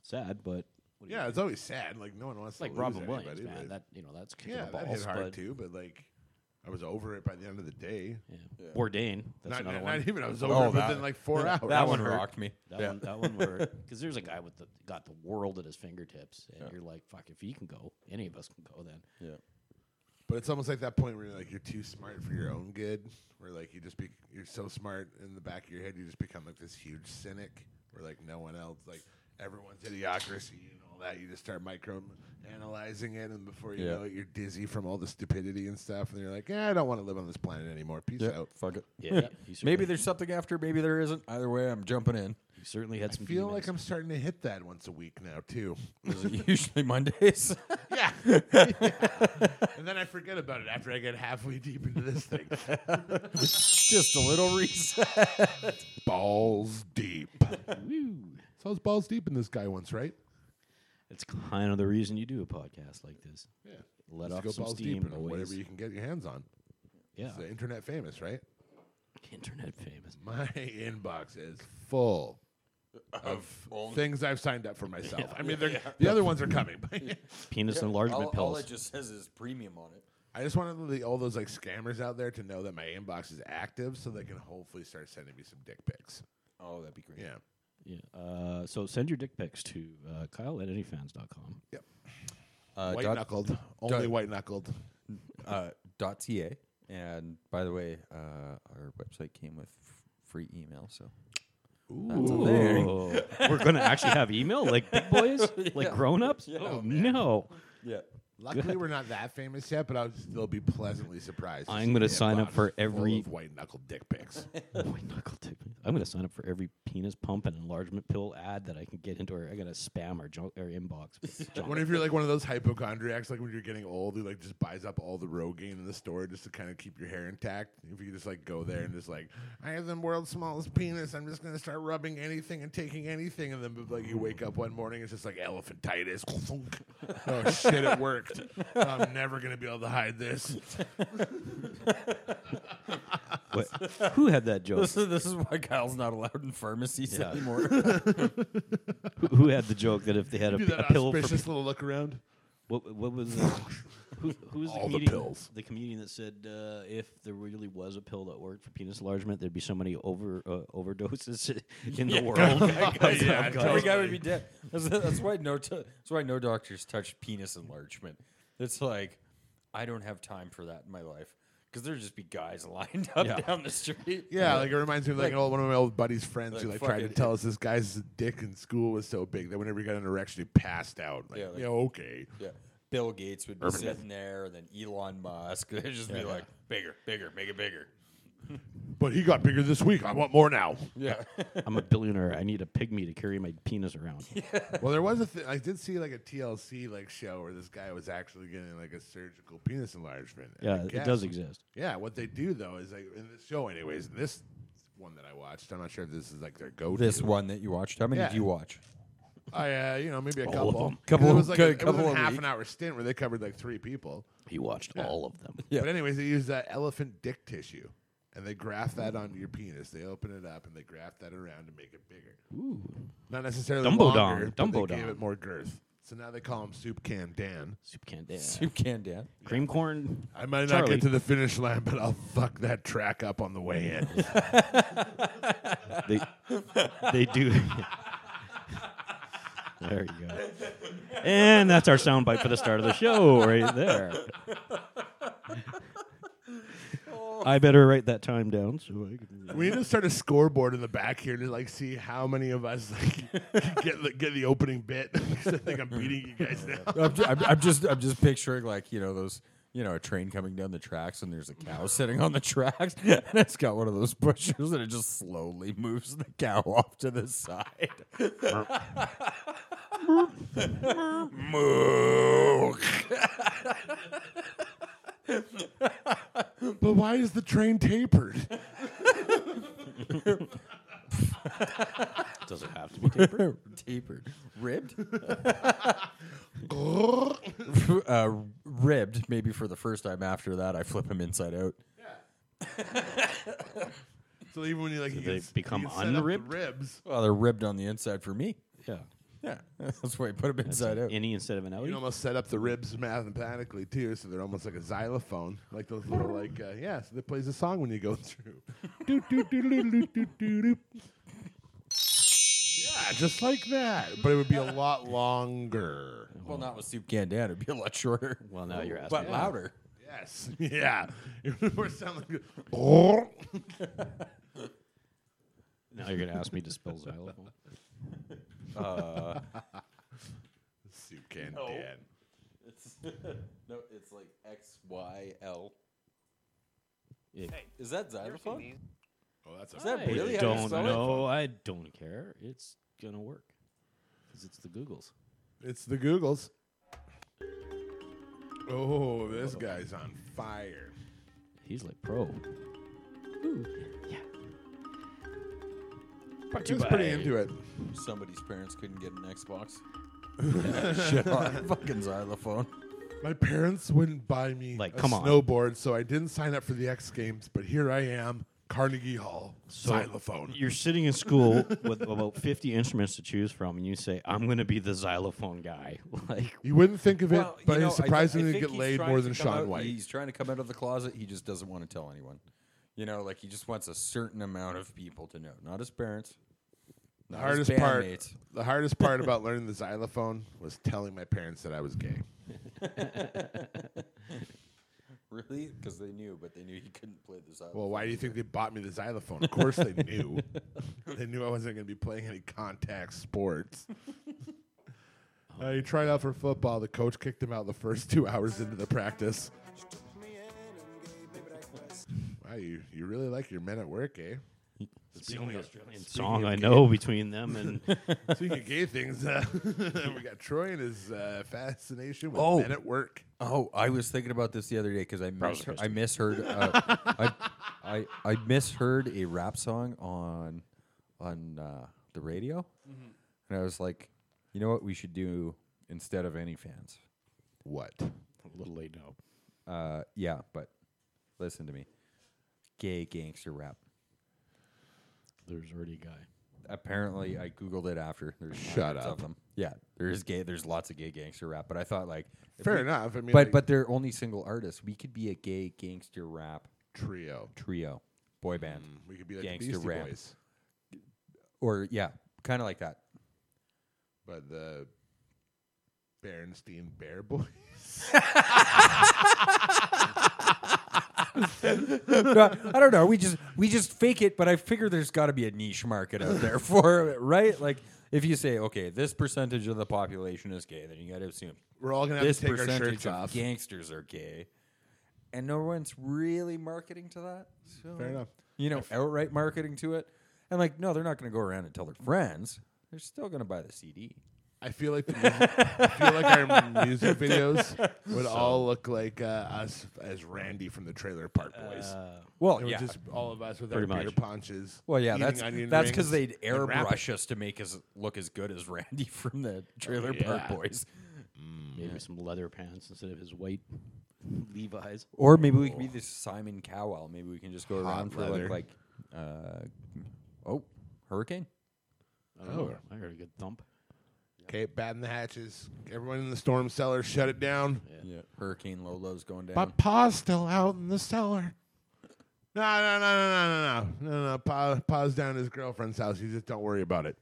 [SPEAKER 2] sad, but what do you
[SPEAKER 1] Yeah,
[SPEAKER 2] do?
[SPEAKER 1] it's always sad. Like, no one wants
[SPEAKER 2] It's like
[SPEAKER 1] to
[SPEAKER 2] Robin
[SPEAKER 1] lose
[SPEAKER 2] Williams,
[SPEAKER 1] anybody,
[SPEAKER 2] man.
[SPEAKER 1] but-
[SPEAKER 2] That you know, that's kicking
[SPEAKER 1] yeah,
[SPEAKER 2] the
[SPEAKER 1] that
[SPEAKER 2] balls.
[SPEAKER 1] hit hard
[SPEAKER 2] but,
[SPEAKER 1] too, but like, I was over it by the end of the day.
[SPEAKER 2] Yeah. Bourdain, that's
[SPEAKER 1] Not,
[SPEAKER 2] another
[SPEAKER 1] not,
[SPEAKER 2] one.
[SPEAKER 1] not even, I was over
[SPEAKER 4] Oh,
[SPEAKER 1] it
[SPEAKER 4] that-
[SPEAKER 1] within like
[SPEAKER 2] [LAUGHS]
[SPEAKER 1] four hours.
[SPEAKER 4] that one rocked me.
[SPEAKER 2] That one, that one,
[SPEAKER 1] [LAUGHS]
[SPEAKER 2] where because there's a guy with the got the world at his fingertips, and you're like, fuck, if he can go, any of us can go. Then
[SPEAKER 4] Yeah.
[SPEAKER 1] But it's almost like that point where you're like you're too smart for your own good, where like you just be you're so smart in the back of your head you just become like this huge cynic, where like no one else like everyone's idiocracy and all that. You just start micro analyzing it, and before you
[SPEAKER 4] Yeah.
[SPEAKER 1] know it, you're dizzy from all the stupidity and stuff, and you're like, "Yeah, I don't want to live on this planet anymore. Peace out."
[SPEAKER 4] Fuck it.
[SPEAKER 1] [LAUGHS]
[SPEAKER 2] Yeah, yep, he
[SPEAKER 4] maybe
[SPEAKER 2] certainly-
[SPEAKER 4] there's something after. Maybe there isn't. Either way, I'm jumping in.
[SPEAKER 2] He certainly had
[SPEAKER 1] I
[SPEAKER 2] some.
[SPEAKER 1] feel
[SPEAKER 2] demons.
[SPEAKER 1] like I'm starting to hit that once a week now
[SPEAKER 2] [LAUGHS]
[SPEAKER 1] too.
[SPEAKER 4] Those are [LAUGHS] usually Mondays. [LAUGHS]
[SPEAKER 1] [LAUGHS] yeah. and then I forget about it after I get halfway deep into this thing. [LAUGHS]
[SPEAKER 4] Just a little reset.
[SPEAKER 1] balls deep.
[SPEAKER 2] Woo.
[SPEAKER 1] So I was balls deep in this guy once, right?
[SPEAKER 2] It's kind of the reason you do a podcast like this.
[SPEAKER 1] Yeah.
[SPEAKER 2] Let
[SPEAKER 1] Just
[SPEAKER 2] off
[SPEAKER 1] go
[SPEAKER 2] some
[SPEAKER 1] balls
[SPEAKER 2] steam,
[SPEAKER 1] deep into whatever
[SPEAKER 2] boys.
[SPEAKER 1] you can get your hands on.
[SPEAKER 2] Yeah,
[SPEAKER 1] It's the internet famous, right? [LAUGHS]
[SPEAKER 2] internet famous.
[SPEAKER 1] My inbox is full of things I've signed up for myself.
[SPEAKER 2] [LAUGHS]
[SPEAKER 1] I mean, they're the other ones are coming. but [LAUGHS]
[SPEAKER 2] Penis enlargement
[SPEAKER 4] all, all
[SPEAKER 2] pills.
[SPEAKER 4] it just says is premium on it.
[SPEAKER 1] I just wanted the, all those like scammers out there to know that my inbox is active, so they can hopefully start sending me some dick pics.
[SPEAKER 4] Oh, that'd be great.
[SPEAKER 1] Yeah.
[SPEAKER 2] yeah. Uh, so send your dick pics to uh, Kyle at anyfans.com.
[SPEAKER 4] Uh,
[SPEAKER 1] white
[SPEAKER 4] dot,
[SPEAKER 1] knuckled, only
[SPEAKER 4] dot-
[SPEAKER 1] white knuckled.
[SPEAKER 4] uh, dot .ca. And by the way, uh, our website came with f- free email, so
[SPEAKER 2] Ooh. We're gonna actually have email like big boys,
[SPEAKER 1] [LAUGHS]
[SPEAKER 2] like grown ups. Oh no!
[SPEAKER 4] yeah.
[SPEAKER 1] Luckily, we're not that famous yet, but I'll still be pleasantly surprised. to
[SPEAKER 2] I'm
[SPEAKER 1] see
[SPEAKER 2] gonna
[SPEAKER 1] an
[SPEAKER 2] sign up
[SPEAKER 1] inbox
[SPEAKER 2] for
[SPEAKER 1] full
[SPEAKER 2] every-
[SPEAKER 1] of white knuckled dick pics.
[SPEAKER 2] White knuckle dick pics. I'm gonna sign up for every penis pump and enlargement pill ad that I can get into. Or I gotta spam our junk our inbox.
[SPEAKER 1] [LAUGHS]
[SPEAKER 2] with junk.
[SPEAKER 1] Wonder if you're like one of those hypochondriacs, like when you're getting old, who like just buys up all the Rogaine in the store just to kind of keep your hair intact. If you just like go there and just like, I have the world's smallest penis. I'm just gonna start rubbing anything and taking anything, and then like you wake up one morning, it's just like elephantitis. [LAUGHS] oh shit, it worked. I'm never gonna be able to hide this.
[SPEAKER 2] What? Who had that joke?
[SPEAKER 4] This is this is why Kyle's not allowed in pharmacies
[SPEAKER 2] Yeah.
[SPEAKER 4] [LAUGHS] anymore.
[SPEAKER 2] who, who had the joke that if they had a,
[SPEAKER 1] Do
[SPEAKER 2] p-
[SPEAKER 1] that
[SPEAKER 2] a pill for
[SPEAKER 1] auspicious little look
[SPEAKER 10] [LAUGHS]
[SPEAKER 1] around.
[SPEAKER 2] What what was [LAUGHS] the, who, who was the
[SPEAKER 1] All the
[SPEAKER 2] comedian,
[SPEAKER 1] pills.
[SPEAKER 2] The comedian that said uh, if there really was a pill that worked for penis enlargement, there'd be so many over uh, overdoses [LAUGHS] in the
[SPEAKER 4] [LAUGHS]
[SPEAKER 2] [LAUGHS] world. of
[SPEAKER 1] Yeah,
[SPEAKER 2] them.
[SPEAKER 4] Every
[SPEAKER 1] totally.
[SPEAKER 4] guy would be dead. That's, that's why no. T- that's why no doctors touch penis enlargement. It's like I don't have time for that in my life because there'd just be guys [LAUGHS] lined up down the street.
[SPEAKER 1] Yeah, like it reminds me of like,
[SPEAKER 4] Like-
[SPEAKER 1] an old, one of my old buddy's friends who like
[SPEAKER 4] like
[SPEAKER 1] tried to
[SPEAKER 4] fucking-
[SPEAKER 1] tell us this guy's dick in school was so big that whenever he got an erection, he passed out. Like, yeah,
[SPEAKER 4] Yeah, like-
[SPEAKER 1] okay.
[SPEAKER 4] Yeah. Bill Gates would be sitting there, and then Elon Musk. [LAUGHS] They'd just be like, bigger, bigger, make it bigger.
[SPEAKER 1] But he got bigger this week. I want more now.
[SPEAKER 4] Yeah.
[SPEAKER 2] I'm a billionaire. I need a pygmy to carry my penis around.
[SPEAKER 1] well, there was a thing. I did see like a TLC like show where this guy was actually getting like a surgical penis enlargement. And I
[SPEAKER 2] Yeah, it does
[SPEAKER 1] guess-
[SPEAKER 2] exist.
[SPEAKER 1] Yeah, what they do though is like in this show, anyways. in This one that I watched. I'm not sure if this is like their go-to.
[SPEAKER 4] this one that you watched. How many
[SPEAKER 1] Yeah.
[SPEAKER 4] did you watch?
[SPEAKER 1] I, uh, you know, maybe a
[SPEAKER 2] of
[SPEAKER 1] couple.
[SPEAKER 2] them.
[SPEAKER 1] 'Cause
[SPEAKER 4] Couple
[SPEAKER 1] It
[SPEAKER 4] of-
[SPEAKER 1] was like
[SPEAKER 4] good
[SPEAKER 1] a, it was
[SPEAKER 4] couple
[SPEAKER 1] a
[SPEAKER 4] of
[SPEAKER 1] half
[SPEAKER 4] week.
[SPEAKER 1] an hour stint where they covered like three people.
[SPEAKER 2] He watched all of them.
[SPEAKER 4] Yeah.
[SPEAKER 1] But anyways, they use that elephant dick tissue, and they graft that onto your penis. They open it up and they graft that around to make it bigger.
[SPEAKER 2] Ooh,
[SPEAKER 1] Not necessarily
[SPEAKER 2] Dumbo Dong,
[SPEAKER 1] longer, but
[SPEAKER 2] Dumbo
[SPEAKER 1] they gave
[SPEAKER 2] Dong.
[SPEAKER 1] it more girth. So now they call him Soup Can Dan.
[SPEAKER 2] soup can yeah.
[SPEAKER 4] [LAUGHS] Soup can Dan.
[SPEAKER 2] cream corn.
[SPEAKER 1] I might not
[SPEAKER 2] Charlie.
[SPEAKER 1] get to the finish line, but I'll fuck that track up on the way in.
[SPEAKER 2] [LAUGHS]
[SPEAKER 1] [LAUGHS]
[SPEAKER 2] They they do. there you go. And that's our soundbite for the start of the show right there. I better write that time down so I can.
[SPEAKER 1] we need to start a scoreboard in the back here to like see how many of us [LAUGHS] like get the, get the opening bit. [LAUGHS] 'Cause I think I'm beating you guys now.
[SPEAKER 4] I'm, ju- I'm, I'm just I'm just picturing like you know those you know a train coming down the tracks and there's a cow [LAUGHS] sitting on the tracks [LAUGHS] and it's got one of those pushers and it just slowly moves the cow [LAUGHS] off to the side. [LAUGHS] Moo.
[SPEAKER 1] But why is the train
[SPEAKER 2] [LAUGHS]
[SPEAKER 1] tapered?
[SPEAKER 2] Does it have [LAUGHS] to be tapered?
[SPEAKER 4] Tapered, ribbed, uh, ribbed. Maybe for the first time after that, I flip him inside out.
[SPEAKER 1] So even when you like, you
[SPEAKER 2] they
[SPEAKER 1] can s- you
[SPEAKER 2] become
[SPEAKER 1] can set up the
[SPEAKER 2] unribbed?
[SPEAKER 1] ribs.
[SPEAKER 4] Well, they're ribbed on the inside for me. [LAUGHS]
[SPEAKER 2] Yeah.
[SPEAKER 4] Yeah, that's why I put him inside out.
[SPEAKER 2] Any instead of an
[SPEAKER 1] You
[SPEAKER 2] outie?
[SPEAKER 1] can almost set up the ribs mathematically too, so they're almost like a xylophone, like those little like uh, yeah. So that plays a song when you go through. Doo, doo, doo, doo, doo, doo, doo, doo. yeah, just like that, but it would be a lot longer.
[SPEAKER 4] Well, not with soup can Dan. It'd be a lot
[SPEAKER 10] [LAUGHS]
[SPEAKER 4] shorter.
[SPEAKER 2] Well, now you're asking.
[SPEAKER 4] but louder.
[SPEAKER 1] Yes, [LAUGHS] yeah, it would sound like. a- [LAUGHS]
[SPEAKER 2] Now you're going to ask me to spell xylophone.
[SPEAKER 1] Soup can Dan.
[SPEAKER 4] It's [LAUGHS] no, it's like X Y L.
[SPEAKER 2] Yeah.
[SPEAKER 4] Is that xylophone?
[SPEAKER 10] Oh, that's
[SPEAKER 4] Is
[SPEAKER 10] a,
[SPEAKER 4] that
[SPEAKER 2] I
[SPEAKER 4] really how you
[SPEAKER 2] don't
[SPEAKER 4] spell it?
[SPEAKER 2] know. I don't care. It's gonna work because it's the Googles.
[SPEAKER 10] it's the Googles. Oh, this guy's on fire.
[SPEAKER 2] He's like pro. Ooh, yeah. Brought to
[SPEAKER 10] He's
[SPEAKER 2] you
[SPEAKER 10] pretty
[SPEAKER 2] by-
[SPEAKER 10] into it.
[SPEAKER 4] Somebody's parents couldn't get an Xbox. [LAUGHS] Shit on fucking xylophone.
[SPEAKER 10] My parents wouldn't buy me
[SPEAKER 2] Like,
[SPEAKER 10] a
[SPEAKER 2] come on.
[SPEAKER 10] snowboard, so I didn't sign up for the X Games. But here I am, Carnegie Hall,
[SPEAKER 2] So-
[SPEAKER 10] xylophone.
[SPEAKER 2] You're sitting in school with about 50 instruments to choose from, and you say, "I'm gonna be the xylophone guy." [LAUGHS] Like,
[SPEAKER 10] You wouldn't think of it,
[SPEAKER 4] Well, you
[SPEAKER 10] but
[SPEAKER 4] know, I
[SPEAKER 10] he's
[SPEAKER 4] thi- I
[SPEAKER 10] surprisingly
[SPEAKER 4] think
[SPEAKER 10] get
[SPEAKER 4] he's
[SPEAKER 10] laid
[SPEAKER 4] trying
[SPEAKER 10] more
[SPEAKER 4] to
[SPEAKER 10] than
[SPEAKER 4] come
[SPEAKER 10] Sean
[SPEAKER 4] out-
[SPEAKER 10] White.
[SPEAKER 4] He's trying to come out of the closet. He just doesn't want to tell anyone. You know, like he just wants a certain amount of people to know, not his parents.
[SPEAKER 10] The
[SPEAKER 4] not his
[SPEAKER 10] hardest part,
[SPEAKER 4] bandmates.
[SPEAKER 10] the
[SPEAKER 2] [LAUGHS]
[SPEAKER 10] hardest part about learning the xylophone was telling my parents that I was gay.
[SPEAKER 4] really, because they knew, but they knew he couldn't play the xylophone.
[SPEAKER 10] Well, why do you think they bought me the xylophone? Of course they knew. [LAUGHS] they knew I wasn't going to be playing any
[SPEAKER 4] [LAUGHS]
[SPEAKER 10] contact sports. uh, he tried out for football. The coach kicked him out the first two hours into the practice. wow, you, you really like your men at work, eh?
[SPEAKER 2] it's the only Australian
[SPEAKER 10] speaking
[SPEAKER 2] song
[SPEAKER 10] of
[SPEAKER 2] I
[SPEAKER 10] gay-
[SPEAKER 2] know between them [LAUGHS] and
[SPEAKER 10] Speaking of gay things, uh, [LAUGHS] we got Troy and his uh, fascination with
[SPEAKER 4] Oh.
[SPEAKER 10] men at work.
[SPEAKER 4] Oh, I was thinking about this the other day because I misheard, I misheard uh, I, I I misheard a rap song on on uh, the radio, and I was like, you know what we should do instead of any fans?
[SPEAKER 10] What?
[SPEAKER 2] a little late now.
[SPEAKER 4] Uh, yeah, but listen to me, gay gangster rap.
[SPEAKER 2] There's already a guy.
[SPEAKER 4] Apparently, I googled it after. There's
[SPEAKER 10] Shut
[SPEAKER 4] hundreds of
[SPEAKER 10] up.
[SPEAKER 4] them. Yeah, there's gay. There's lots of gay gangster rap, but I thought like, if
[SPEAKER 10] Fair
[SPEAKER 4] we-
[SPEAKER 10] enough. I mean,
[SPEAKER 4] But
[SPEAKER 10] like,
[SPEAKER 4] but they're only single artists. We could be a gay gangster rap
[SPEAKER 10] trio.
[SPEAKER 4] trio, boy band.
[SPEAKER 10] Hmm, We could be like
[SPEAKER 4] Gangster
[SPEAKER 10] the Beastie
[SPEAKER 4] rap.
[SPEAKER 10] Boys,
[SPEAKER 4] or yeah, kind of like that. [LAUGHS]
[SPEAKER 10] but the Berenstein Bear Boys.
[SPEAKER 4] I don't know. We just we just fake it, but I figure there's got to be a niche market out there [LAUGHS] for it, right? Like if you say, okay, this percentage of the population is gay, then you got to assume
[SPEAKER 10] We're all gonna have
[SPEAKER 4] this
[SPEAKER 10] to take our
[SPEAKER 4] percentage
[SPEAKER 10] shirts
[SPEAKER 4] of
[SPEAKER 10] off.
[SPEAKER 4] gangsters are gay, and no one's really marketing to that. So,
[SPEAKER 10] Fair enough.
[SPEAKER 4] You know, outright marketing to it, and like, no, they're not going to go around and tell their friends. They're still going to buy the CD.
[SPEAKER 10] I feel like the music, I feel like our
[SPEAKER 4] [LAUGHS]
[SPEAKER 10] music videos would all look like uh, us as Randy from the Trailer Park Boys.
[SPEAKER 4] Well,
[SPEAKER 10] it was
[SPEAKER 4] Uh, oh, yeah.
[SPEAKER 10] just all of us with
[SPEAKER 2] Pretty
[SPEAKER 10] our beer
[SPEAKER 2] much.
[SPEAKER 10] punches.
[SPEAKER 4] Well, yeah,
[SPEAKER 10] eating
[SPEAKER 4] that's
[SPEAKER 10] onion
[SPEAKER 4] that's because
[SPEAKER 10] rings
[SPEAKER 4] they'd
[SPEAKER 10] and rapping.
[SPEAKER 4] airbrush us to make us look as good as Randy [LAUGHS] from the Trailer
[SPEAKER 10] yeah.
[SPEAKER 4] Park Boys,
[SPEAKER 2] Maybe some leather pants instead of his white Levi's.
[SPEAKER 4] or maybe we could be this Simon Cowell. Maybe we can just go around for
[SPEAKER 10] leather.
[SPEAKER 4] like, like uh, oh, Hurricane.
[SPEAKER 2] I don't know. I heard a good thump.
[SPEAKER 10] [LAUGHS] Okay, batten the hatches. Everyone in the storm cellar, shut it down.
[SPEAKER 4] Yeah, Hurricane Lolo's going down.
[SPEAKER 10] My pa's still out in the cellar. No, no, no, no, no, no, no, no, no. Pa, pa's down at his girlfriend's house. You just don't worry about it.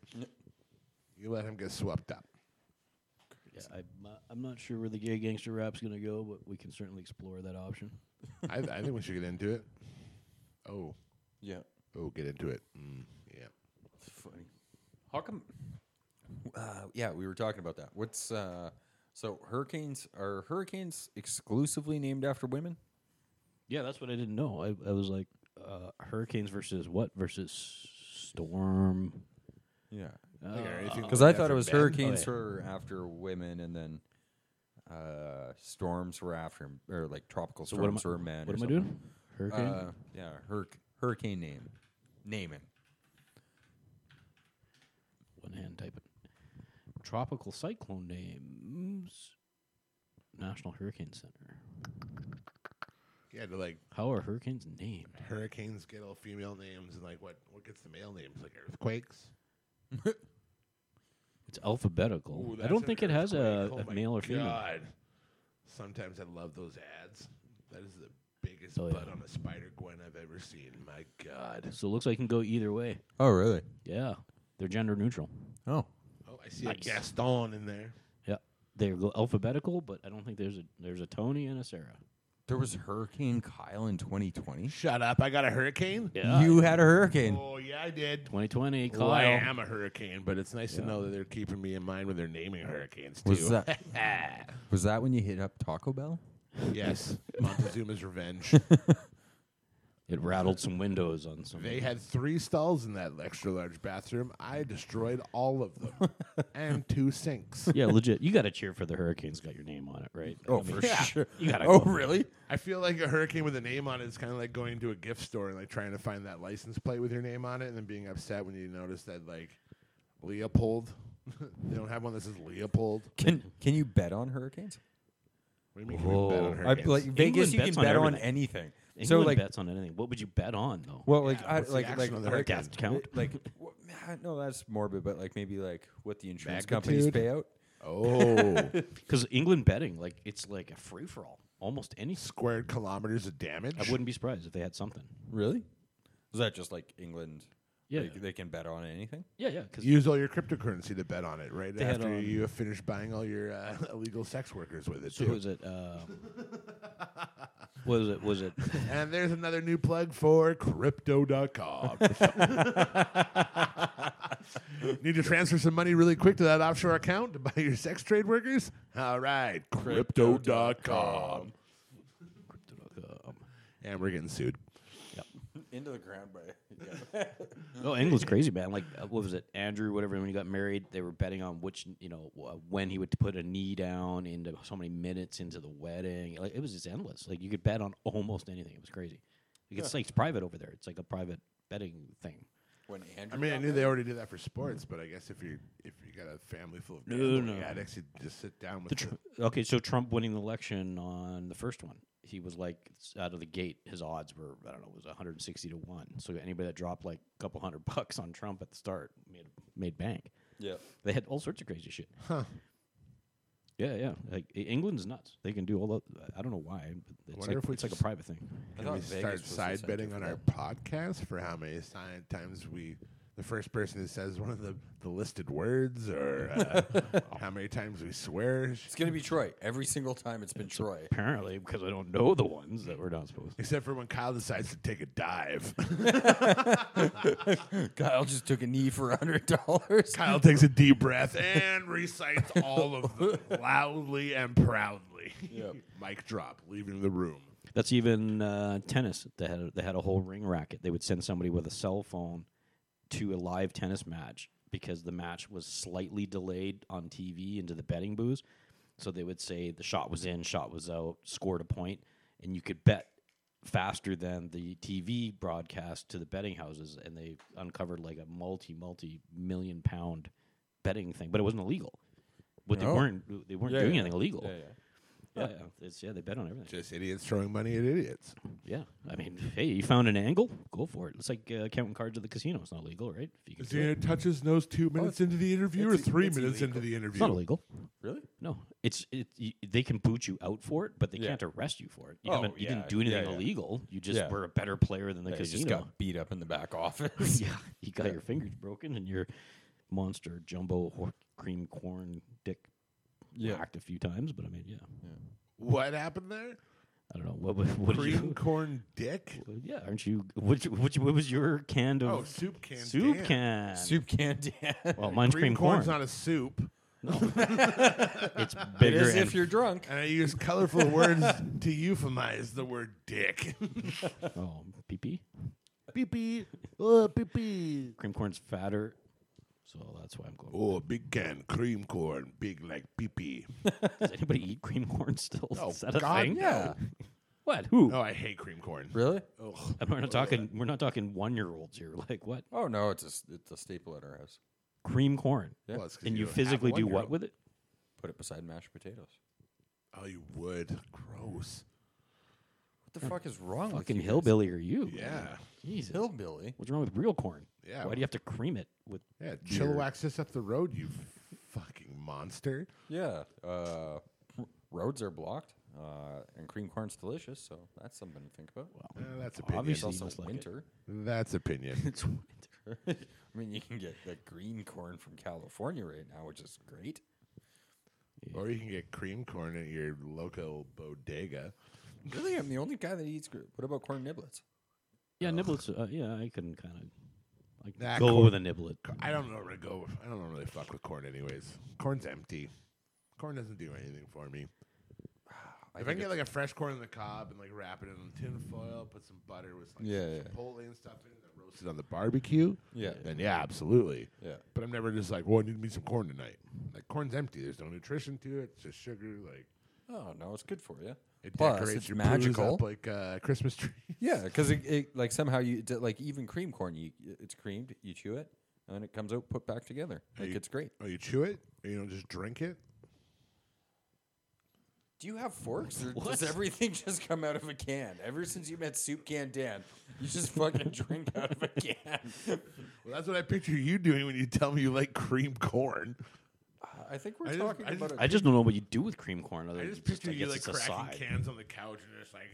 [SPEAKER 10] You let him get swept up.
[SPEAKER 2] Yeah, I'm, not- I'm not sure where the gay gangster rap's gonna go, but we can certainly explore that option.
[SPEAKER 10] I, I think we should get into it. Oh,
[SPEAKER 4] Yeah,
[SPEAKER 10] oh, get into it. Mm,
[SPEAKER 4] [LAUGHS]
[SPEAKER 10] yeah.
[SPEAKER 4] funny. How come? Uh, yeah, we were talking about that. What's uh, so hurricanes are hurricanes exclusively named after women?
[SPEAKER 2] Yeah, that's what I didn't know. I, I was like, uh, hurricanes versus what versus storm?
[SPEAKER 4] Yeah,
[SPEAKER 2] Uh,
[SPEAKER 4] Because I thought
[SPEAKER 10] after
[SPEAKER 4] it was
[SPEAKER 10] men?
[SPEAKER 4] hurricanes
[SPEAKER 2] Oh, yeah.
[SPEAKER 4] were after women, and then uh, storms were after, m- or like tropical
[SPEAKER 2] so what am
[SPEAKER 4] storms
[SPEAKER 2] I,
[SPEAKER 4] were men.
[SPEAKER 2] what am
[SPEAKER 4] or
[SPEAKER 2] I
[SPEAKER 4] something.
[SPEAKER 2] doing? Hurricane.
[SPEAKER 4] Uh, yeah, hurric- hurricane name, naming.
[SPEAKER 2] One hand typing. Tropical cyclone names. National Hurricane Center.
[SPEAKER 10] Yeah, to like
[SPEAKER 2] How are hurricanes named?
[SPEAKER 10] hurricanes get all female names, and like what what gets the male names? Like earthquakes.
[SPEAKER 2] It's alphabetical.
[SPEAKER 10] Ooh,
[SPEAKER 2] I
[SPEAKER 10] that's
[SPEAKER 2] don't
[SPEAKER 10] an
[SPEAKER 2] think it has a,
[SPEAKER 10] earthquake.
[SPEAKER 2] a
[SPEAKER 10] Oh my
[SPEAKER 2] male or female.
[SPEAKER 10] God. Sometimes I love those ads. That is the biggest
[SPEAKER 2] Oh, yeah.
[SPEAKER 10] butt on a Spider Gwen I've ever seen. My God.
[SPEAKER 2] So it looks like it can go either way.
[SPEAKER 4] Oh, really?
[SPEAKER 2] Yeah, they're gender neutral.
[SPEAKER 4] Oh,
[SPEAKER 10] Oh, I see
[SPEAKER 2] Nice.
[SPEAKER 10] a Gaston in there.
[SPEAKER 2] Yeah, they go alphabetical, but I don't think there's a there's a Tony and a Sarah.
[SPEAKER 4] There was Hurricane Kyle in 2020.
[SPEAKER 1] Shut up. I got a hurricane?
[SPEAKER 4] You had a hurricane.
[SPEAKER 1] Oh, yeah, I did.
[SPEAKER 2] 2020, Kyle.
[SPEAKER 1] Well, I am a hurricane, but it's nice to know that they're keeping me in mind when they're naming hurricanes, too.
[SPEAKER 2] [LAUGHS]
[SPEAKER 4] Was that was that when you hit up Taco Bell?
[SPEAKER 1] [LAUGHS] yes. Montezuma's
[SPEAKER 2] [LAUGHS]
[SPEAKER 1] Revenge.
[SPEAKER 2] It rattled some windows on some.
[SPEAKER 1] They had three stalls in that extra large bathroom. I destroyed all of
[SPEAKER 2] [LAUGHS]
[SPEAKER 1] them and two sinks.
[SPEAKER 2] yeah, legit. You got to cheer for the Hurricanes. Got your name on it, right? I mean,
[SPEAKER 4] sure.
[SPEAKER 2] You gotta
[SPEAKER 4] oh,
[SPEAKER 2] go for it.
[SPEAKER 4] really?
[SPEAKER 1] I feel like a hurricane with a name on it is kind of like going to a gift store and like trying to find that license plate with your name on it, and then being upset when you notice that like
[SPEAKER 10] [LAUGHS]
[SPEAKER 1] Leopold. they don't have one that says Leopold.
[SPEAKER 4] Can can you bet on hurricanes?
[SPEAKER 1] What do you mean? you can bet on
[SPEAKER 2] Whoa.
[SPEAKER 4] I,
[SPEAKER 1] hurricanes?
[SPEAKER 4] like Vegas, you can
[SPEAKER 2] bets on
[SPEAKER 4] bet on
[SPEAKER 2] everything.
[SPEAKER 4] anything. so
[SPEAKER 2] England
[SPEAKER 4] like,
[SPEAKER 2] bets on anything. What would you bet on though?
[SPEAKER 4] well, like,
[SPEAKER 1] Yeah,
[SPEAKER 4] I,
[SPEAKER 1] what's the
[SPEAKER 4] like,
[SPEAKER 1] action
[SPEAKER 4] like,
[SPEAKER 1] on the
[SPEAKER 4] [LAUGHS] like,
[SPEAKER 1] hurricane?
[SPEAKER 2] Death count.
[SPEAKER 4] like, wha- I know that's morbid, but like maybe like what the insurance companies pay out.
[SPEAKER 1] oh,
[SPEAKER 2] Because England betting, like it's like a free for all. Almost any.
[SPEAKER 1] squared kilometers of damage.
[SPEAKER 2] I wouldn't be surprised if they had something.
[SPEAKER 4] Really? Is that just like England?
[SPEAKER 2] Yeah.
[SPEAKER 4] they, they can bet on anything.
[SPEAKER 2] Yeah, yeah. Because
[SPEAKER 1] Use all your cryptocurrency to bet on it, right?
[SPEAKER 2] had
[SPEAKER 1] After
[SPEAKER 2] on-
[SPEAKER 1] you have finished buying all your uh, [LAUGHS] illegal sex workers with it.
[SPEAKER 2] so
[SPEAKER 1] too.
[SPEAKER 2] was it? Uh, was it? Was it?
[SPEAKER 1] And there's another new plug for
[SPEAKER 2] [LAUGHS]
[SPEAKER 1] crypto.com. [LAUGHS] Need to transfer some money really quick to that offshore account to buy your sex trade workers? All right, crypto.com. And we're getting sued.
[SPEAKER 4] Into the ground, by
[SPEAKER 2] Oh, England's crazy, man. Like, uh, what was it? Andrew, whatever, when he got married, they were betting on which, you know, w- uh, when he would put a knee down into so many minutes into the wedding. Like, it was just endless. Like, you could bet on almost anything. It was crazy. Like, it's like it's private over there. It's like a private betting thing.
[SPEAKER 4] when
[SPEAKER 1] I
[SPEAKER 4] Andrew.
[SPEAKER 1] mean, I knew they already did that for sports, but I guess if you if you got a family full of
[SPEAKER 2] No,
[SPEAKER 1] gambling
[SPEAKER 2] no.
[SPEAKER 1] addicts, you just sit down with
[SPEAKER 2] The
[SPEAKER 1] the
[SPEAKER 2] tr- okay, so Trump winning the election on the first one, he was like s- out of the gate. His odds were I don't know, it was 160 to one. So anybody that dropped like a couple hundred [LAUGHS] bucks on Trump at the start made made bank.
[SPEAKER 4] yeah.
[SPEAKER 2] They had all sorts of crazy shit. Yeah, yeah. Like E- England's nuts. They can do all that. I don't know why. But it's
[SPEAKER 1] Wonder
[SPEAKER 2] like,
[SPEAKER 1] if we
[SPEAKER 2] it's like a
[SPEAKER 1] just-
[SPEAKER 2] private thing.
[SPEAKER 4] I
[SPEAKER 1] Can we
[SPEAKER 4] thought Vegas
[SPEAKER 1] start
[SPEAKER 4] was the
[SPEAKER 1] side
[SPEAKER 4] center
[SPEAKER 1] betting
[SPEAKER 4] for
[SPEAKER 1] on
[SPEAKER 4] that.
[SPEAKER 1] our podcast for how many si- times we, the first person who says one of the, the listed words, or
[SPEAKER 4] [LAUGHS]
[SPEAKER 1] uh, how many times we swear?
[SPEAKER 4] It's gonna be Troy every single time. It's been Troy.
[SPEAKER 2] Apparently, because I don't know the ones that we're not supposed to.
[SPEAKER 1] Except for when Kyle decides to take a dive.
[SPEAKER 4] [LAUGHS] Kyle just took a knee for hundred [LAUGHS] dollars.
[SPEAKER 1] Kyle takes a deep breath and recites all of them loudly and proudly. [LAUGHS] Mic drop, leaving the room.
[SPEAKER 2] That's even uh, tennis. They had a, they had a whole ring racket. They would send somebody with a cell phone to a live tennis match because the match was slightly delayed on TV into the betting booths. So they would say the shot was in, shot was out, scored a point, and you could bet faster than the TV broadcast to the betting houses. And they uncovered like a multi multi million pound betting thing, but it wasn't illegal. But they
[SPEAKER 4] No.
[SPEAKER 2] weren't they weren't
[SPEAKER 4] Oh. Yeah,
[SPEAKER 2] doing
[SPEAKER 4] yeah.
[SPEAKER 2] anything illegal.
[SPEAKER 4] Yeah,
[SPEAKER 2] Yeah, yeah. It's, yeah, they bet on everything.
[SPEAKER 1] Just idiots throwing money at idiots.
[SPEAKER 2] Yeah, I mean, hey, you found an angle, go for it. It's like uh, counting cards at the casino. It's not legal, right? If you can
[SPEAKER 10] Is
[SPEAKER 2] do it.
[SPEAKER 10] he gonna touch his nose two minutes into the interview or
[SPEAKER 4] Oh, it's-
[SPEAKER 10] three
[SPEAKER 4] it's
[SPEAKER 10] minutes
[SPEAKER 4] illegal.
[SPEAKER 10] into the
[SPEAKER 2] It's
[SPEAKER 10] interview?
[SPEAKER 2] not illegal.
[SPEAKER 4] Really?
[SPEAKER 2] No, it's it. You, they can boot you out for it, but they
[SPEAKER 4] Yeah.
[SPEAKER 2] can't arrest you for it. You,
[SPEAKER 4] Oh,
[SPEAKER 2] haven't, you
[SPEAKER 4] yeah,
[SPEAKER 2] didn't do anything
[SPEAKER 4] yeah, yeah.
[SPEAKER 2] illegal. You just
[SPEAKER 4] Yeah.
[SPEAKER 2] were a better player than the
[SPEAKER 4] Yeah, he
[SPEAKER 2] casino.
[SPEAKER 4] just got beat up in the back [LAUGHS]
[SPEAKER 2] [LAUGHS]
[SPEAKER 4] office.
[SPEAKER 2] yeah, you got your fingers broken and your monster jumbo hor- cream corn dick
[SPEAKER 4] Yeah.
[SPEAKER 2] whacked a few times. But I mean, yeah,
[SPEAKER 1] What happened
[SPEAKER 4] [LAUGHS]
[SPEAKER 1] there?
[SPEAKER 2] I don't know what what, what did
[SPEAKER 1] Cream
[SPEAKER 2] you.
[SPEAKER 1] corn dick?
[SPEAKER 2] [LAUGHS] Yeah, aren't you? What, what, what was your can of
[SPEAKER 1] Oh, soup can.
[SPEAKER 2] soup
[SPEAKER 1] damn.
[SPEAKER 2] can?
[SPEAKER 4] Soup can [LAUGHS] Dan.
[SPEAKER 2] Well, mine's cream,
[SPEAKER 1] Cream corn's
[SPEAKER 2] corn.
[SPEAKER 1] not a soup.
[SPEAKER 2] it's
[SPEAKER 4] It
[SPEAKER 2] bigger
[SPEAKER 4] is
[SPEAKER 2] and
[SPEAKER 4] if you're [LAUGHS] drunk.
[SPEAKER 1] And I use colorful words to euphemize the word dick.
[SPEAKER 2] Oh, pee pee.
[SPEAKER 1] pee pee. Oh, pee pee.
[SPEAKER 2] Cream corn's fatter, so that's why I'm going.
[SPEAKER 1] Oh, big can, cream corn, big like pee pee.
[SPEAKER 2] Does anybody eat cream corn still?
[SPEAKER 1] Oh,
[SPEAKER 2] [LAUGHS] Is that a
[SPEAKER 1] God,
[SPEAKER 2] thing?
[SPEAKER 1] no.
[SPEAKER 4] Yeah.
[SPEAKER 2] [LAUGHS] What? Who?
[SPEAKER 1] Oh, I hate cream corn.
[SPEAKER 4] Really?
[SPEAKER 2] And We're not talking. We're not talking one year olds here. [LAUGHS] Like what?
[SPEAKER 4] Oh no, it's a s- it's a staple at our house.
[SPEAKER 2] Cream corn.
[SPEAKER 1] Well, it's 'cause
[SPEAKER 2] And you,
[SPEAKER 1] don't
[SPEAKER 2] physically
[SPEAKER 1] have
[SPEAKER 2] do
[SPEAKER 1] one,
[SPEAKER 2] what
[SPEAKER 1] you're-
[SPEAKER 2] with it?
[SPEAKER 4] Put it beside mashed potatoes.
[SPEAKER 1] Oh, you would. Gross.
[SPEAKER 4] What the fuck is wrong
[SPEAKER 2] Fucking
[SPEAKER 4] with you guys?
[SPEAKER 2] hillbilly are you?
[SPEAKER 1] Yeah.
[SPEAKER 2] Jesus.
[SPEAKER 4] Hillbilly.
[SPEAKER 2] What's wrong with real corn?
[SPEAKER 1] Yeah.
[SPEAKER 2] Why do you have to cream it with?
[SPEAKER 1] Yeah, Chilliwack's just up the road, you fucking monster.
[SPEAKER 4] Yeah. Uh, roads are blocked, uh, and cream corn's delicious, so that's something to think about. Well,
[SPEAKER 1] Uh, that's opinion.
[SPEAKER 4] it's
[SPEAKER 2] Obviously, you
[SPEAKER 4] also
[SPEAKER 2] must like it.
[SPEAKER 4] winter.
[SPEAKER 1] That's opinion.
[SPEAKER 2] [LAUGHS] It's winter.
[SPEAKER 4] I mean, you can get the green corn from California right now, which is great.
[SPEAKER 1] or you can get cream corn at your local bodega.
[SPEAKER 4] Really, I'm the only guy that eats. gr- What about corn niblets?
[SPEAKER 2] Yeah, niblets. Uh, yeah, I can kind of. I can
[SPEAKER 1] Nah,
[SPEAKER 2] go
[SPEAKER 1] corn-
[SPEAKER 2] with a niblet.
[SPEAKER 1] I don't know where to go. I don't really fuck with corn, anyways. Corn's empty. Corn doesn't do anything for
[SPEAKER 4] [SIGHS]
[SPEAKER 1] me. if I can get like a fresh corn on the cob and like wrap it in tin foil, put some butter with like
[SPEAKER 4] Yeah, yeah.
[SPEAKER 1] some chipotle and stuff in it, and roast it on the barbecue,
[SPEAKER 4] Yeah.
[SPEAKER 1] then yeah, absolutely.
[SPEAKER 4] Yeah.
[SPEAKER 1] But I'm never just like, well, I need me some corn tonight. Like corn's empty. There's no nutrition to it. It's just sugar. Like
[SPEAKER 4] Oh no, it's good for you.
[SPEAKER 1] it
[SPEAKER 4] Plus,
[SPEAKER 1] decorates
[SPEAKER 4] it's
[SPEAKER 1] your booze
[SPEAKER 4] magical.
[SPEAKER 1] up like uh, Christmas tree. [LAUGHS]
[SPEAKER 4] Yeah, because it, it like somehow you d- like even cream corn. You it's creamed. You chew it, and then it comes out put back together. Like
[SPEAKER 1] you-
[SPEAKER 4] it's great.
[SPEAKER 1] or Oh, you chew it, or you don't just drink it.
[SPEAKER 4] Do you have forks? Or does everything [LAUGHS] just come out of a can? Ever since you met Soup Can Dan, you just fucking [LAUGHS] drink out of a can.
[SPEAKER 1] Well, that's what I picture you doing when you tell me you like cream corn.
[SPEAKER 4] I think we're
[SPEAKER 1] I just-
[SPEAKER 4] talking
[SPEAKER 1] I just-
[SPEAKER 4] about
[SPEAKER 2] I just don't know what you do with cream corn. Other
[SPEAKER 1] I
[SPEAKER 2] than
[SPEAKER 1] [LAUGHS] just picture you
[SPEAKER 2] guess
[SPEAKER 1] like
[SPEAKER 2] it's a
[SPEAKER 1] cracking
[SPEAKER 2] side.
[SPEAKER 1] cans on the couch and just like,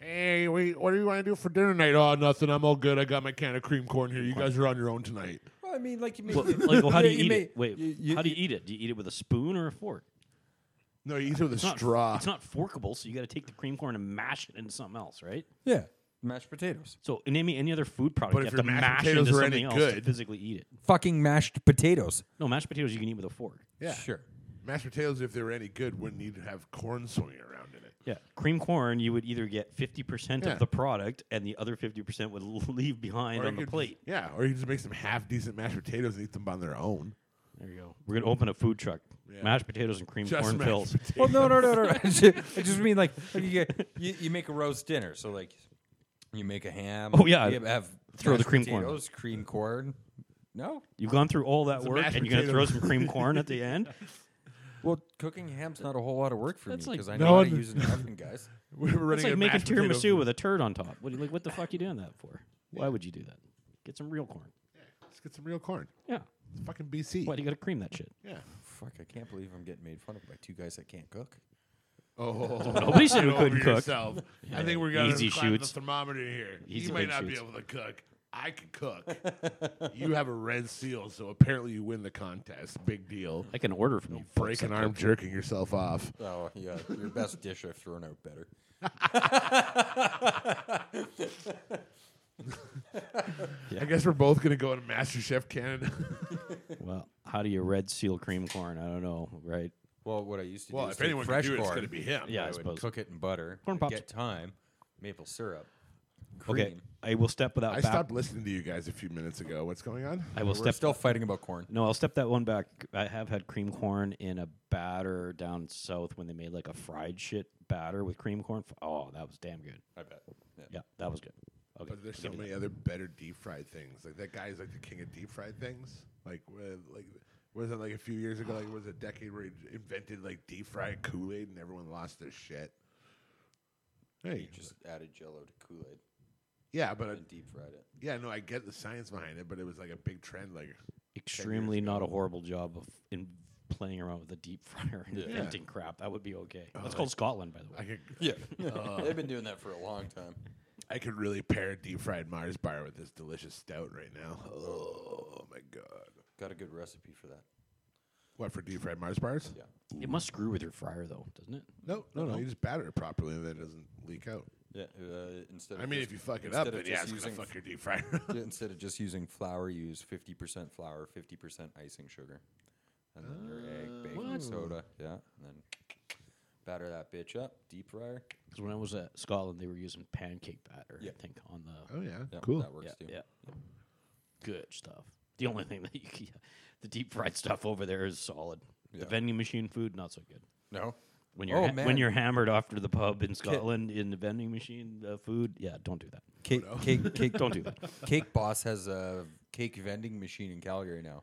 [SPEAKER 1] hey, wait, what do you want to do for dinner tonight? Oh, nothing. I'm all good. I got my can of cream corn here. You guys are on your own tonight.
[SPEAKER 4] Well, I mean, like you may, [LAUGHS]
[SPEAKER 2] Well, like, well, how do
[SPEAKER 4] yeah,
[SPEAKER 2] you eat
[SPEAKER 4] may-
[SPEAKER 2] it? Wait,
[SPEAKER 4] you- you-
[SPEAKER 2] how do you eat it? Do you eat it with a spoon or a fork?
[SPEAKER 1] No, you eat it with a
[SPEAKER 2] It's not,
[SPEAKER 1] straw.
[SPEAKER 2] It's not forkable, so you got to take the cream corn and mash it into something else, right?
[SPEAKER 4] Yeah, mashed potatoes.
[SPEAKER 2] So name me any other food product
[SPEAKER 1] But
[SPEAKER 2] you
[SPEAKER 1] if
[SPEAKER 2] have
[SPEAKER 1] your
[SPEAKER 2] to
[SPEAKER 1] mashed
[SPEAKER 2] mash
[SPEAKER 1] potatoes
[SPEAKER 2] into
[SPEAKER 1] were
[SPEAKER 2] something
[SPEAKER 1] any
[SPEAKER 2] else to
[SPEAKER 1] good-
[SPEAKER 2] physically eat it.
[SPEAKER 4] Fucking mashed potatoes.
[SPEAKER 2] No, mashed potatoes you can eat with a fork.
[SPEAKER 1] yeah.
[SPEAKER 4] Sure.
[SPEAKER 1] Mashed potatoes, if they were any good, wouldn't need to have corn swinging around in it.
[SPEAKER 2] Yeah, cream corn you would either get fifty percent
[SPEAKER 1] Yeah.
[SPEAKER 2] of the product, and the other fifty percent would leave behind
[SPEAKER 1] you
[SPEAKER 2] on the
[SPEAKER 1] could-
[SPEAKER 2] plate.
[SPEAKER 1] Yeah, [LAUGHS] or you just make some half decent mashed potatoes and eat them on their own.
[SPEAKER 2] There you go. We're gonna open a food truck. Mashed potatoes and cream
[SPEAKER 1] Just
[SPEAKER 2] corn
[SPEAKER 1] mashed
[SPEAKER 2] fills.
[SPEAKER 1] potatoes.
[SPEAKER 4] Well, no, no, no, [LAUGHS]
[SPEAKER 2] [LAUGHS]
[SPEAKER 4] no. no. I ju- I just mean like like you, get- you, you make a roast dinner, so like you make a ham.
[SPEAKER 2] Oh, yeah.
[SPEAKER 4] you have
[SPEAKER 2] Throw the
[SPEAKER 4] mashed
[SPEAKER 2] cream corn on.
[SPEAKER 4] potatoes, corn. Cream corn. No.
[SPEAKER 2] You've gone through all that
[SPEAKER 1] a
[SPEAKER 2] work,
[SPEAKER 1] mashed
[SPEAKER 2] and you're gonna
[SPEAKER 1] potato.
[SPEAKER 2] throw some cream corn
[SPEAKER 1] [LAUGHS]
[SPEAKER 2] at the end.
[SPEAKER 4] Well, cooking ham's not a whole lot of work for
[SPEAKER 2] That's
[SPEAKER 4] me
[SPEAKER 2] like-
[SPEAKER 4] because I know
[SPEAKER 10] No
[SPEAKER 4] how to
[SPEAKER 10] one-
[SPEAKER 4] use an oven, guys.
[SPEAKER 1] We were running
[SPEAKER 2] It's like
[SPEAKER 1] out of
[SPEAKER 2] making
[SPEAKER 1] mashed potatoes.
[SPEAKER 2] tiramisu with a turd on top. What do you like? What the fuck you doing that for? Why would you do that? Get some real corn.
[SPEAKER 1] Let's get some real corn.
[SPEAKER 2] Yeah.
[SPEAKER 1] It's fucking BC.
[SPEAKER 2] Why do you gotta cream that shit?
[SPEAKER 1] Yeah.
[SPEAKER 4] Fuck, I can't believe I'm getting made fun of by two guys that can't cook.
[SPEAKER 1] Oh,
[SPEAKER 2] Nobody said we
[SPEAKER 1] Get over
[SPEAKER 2] couldn't cook.
[SPEAKER 1] yourself. I think we're gonna
[SPEAKER 2] Easy
[SPEAKER 1] climb
[SPEAKER 2] shoots.
[SPEAKER 1] the thermometer here.
[SPEAKER 2] Easy
[SPEAKER 1] you might
[SPEAKER 2] big
[SPEAKER 1] not
[SPEAKER 2] shoots.
[SPEAKER 1] be able to cook. I can cook. you have a red seal, so apparently you win the contest. Big deal.
[SPEAKER 2] I can order from you. fucks.
[SPEAKER 1] Break an arm, jerking yourself off.
[SPEAKER 4] Oh yeah, your best dish I've thrown out better.
[SPEAKER 1] I guess we're both gonna go to MasterChef Canada.
[SPEAKER 2] Well, how do you red seal cream corn? I don't know, right?
[SPEAKER 4] Well, what I used to
[SPEAKER 1] well,
[SPEAKER 4] do is
[SPEAKER 1] if
[SPEAKER 4] take
[SPEAKER 1] anyone can
[SPEAKER 4] fresh
[SPEAKER 1] do it, it's
[SPEAKER 4] corn,
[SPEAKER 1] gonna be him.
[SPEAKER 2] Yeah, I
[SPEAKER 4] I would
[SPEAKER 2] suppose.
[SPEAKER 4] cook it in butter,
[SPEAKER 2] Corn
[SPEAKER 4] I'd
[SPEAKER 2] pops.
[SPEAKER 4] get thyme, maple syrup, cream.
[SPEAKER 2] Okay, I will step that
[SPEAKER 1] I
[SPEAKER 2] back.
[SPEAKER 1] stopped listening to [LAUGHS] you guys a few minutes ago. What's going on?
[SPEAKER 2] I will
[SPEAKER 4] We're
[SPEAKER 2] step.
[SPEAKER 4] still fighting about corn.
[SPEAKER 2] no, I'll step that one back. I have had cream corn in a batter down south when they made like a fried shit batter with cream corn. F- Oh, that was damn good.
[SPEAKER 4] I bet. Yeah.
[SPEAKER 2] Yeah, that was good. Okay,
[SPEAKER 1] But there's so many other better deep fried things. Like that guy's like the king of deep fried things. Like with, like was it like a few years ago? Like it was a decade where he invented like deep fried Kool Aid and everyone lost their shit.
[SPEAKER 4] You
[SPEAKER 1] Hey,
[SPEAKER 4] just added Jello to Kool Aid
[SPEAKER 1] yeah, but uh,
[SPEAKER 4] and deep fried it.
[SPEAKER 1] yeah, no, I get the science behind it, but it was like a big trend. Like
[SPEAKER 2] extremely not a horrible job of in playing around with a deep [LAUGHS] fryer and inventing crap. That would be okay. That's called Scotland, by the
[SPEAKER 1] Oh, I
[SPEAKER 2] way.
[SPEAKER 1] could,
[SPEAKER 4] Yeah, [LAUGHS] they've been doing that for a long time.
[SPEAKER 1] I could really pair a deep fried Mars bar with this delicious stout right now. Oh my god!
[SPEAKER 4] Got a good recipe for that.
[SPEAKER 1] What for deep fried Mars bars?
[SPEAKER 4] Yeah.
[SPEAKER 2] It must screw with your fryer though, doesn't it?
[SPEAKER 1] No, no, no. You just batter it properly, and then it doesn't leak out.
[SPEAKER 4] Yeah, uh, instead.
[SPEAKER 1] I
[SPEAKER 4] of
[SPEAKER 1] mean,
[SPEAKER 4] just-
[SPEAKER 1] if you fuck it
[SPEAKER 4] instead
[SPEAKER 1] up,
[SPEAKER 4] of
[SPEAKER 1] then yeah,
[SPEAKER 4] just
[SPEAKER 1] it's gonna
[SPEAKER 4] using
[SPEAKER 1] fuck your deep fryer.
[SPEAKER 4] [LAUGHS]
[SPEAKER 1] [LAUGHS]
[SPEAKER 4] Yeah, instead of just using flour, you use 50% flour, 50% icing sugar. And then your
[SPEAKER 1] Uh,
[SPEAKER 4] egg, baking soda. Yeah. And then batter that bitch up, deep fryer.
[SPEAKER 2] Because when I was at Scotland, they were using pancake batter. I think on the
[SPEAKER 1] Oh yeah,
[SPEAKER 4] Yeah, That works
[SPEAKER 2] yeah,
[SPEAKER 4] too.
[SPEAKER 2] yeah. good stuff. The only thing [LAUGHS] that you can, the deep fried stuff over there is solid. The vending machine food not so good.
[SPEAKER 4] No?
[SPEAKER 2] When you're
[SPEAKER 4] Oh,
[SPEAKER 2] ha-
[SPEAKER 4] man.
[SPEAKER 2] when you're hammered after the pub in Scotland in the vending machine uh, food, yeah, don't do that.
[SPEAKER 4] Cake,
[SPEAKER 1] [LAUGHS]
[SPEAKER 4] cake, cake,
[SPEAKER 2] Don't do that.
[SPEAKER 4] cake Boss has a cake vending machine in Calgary now.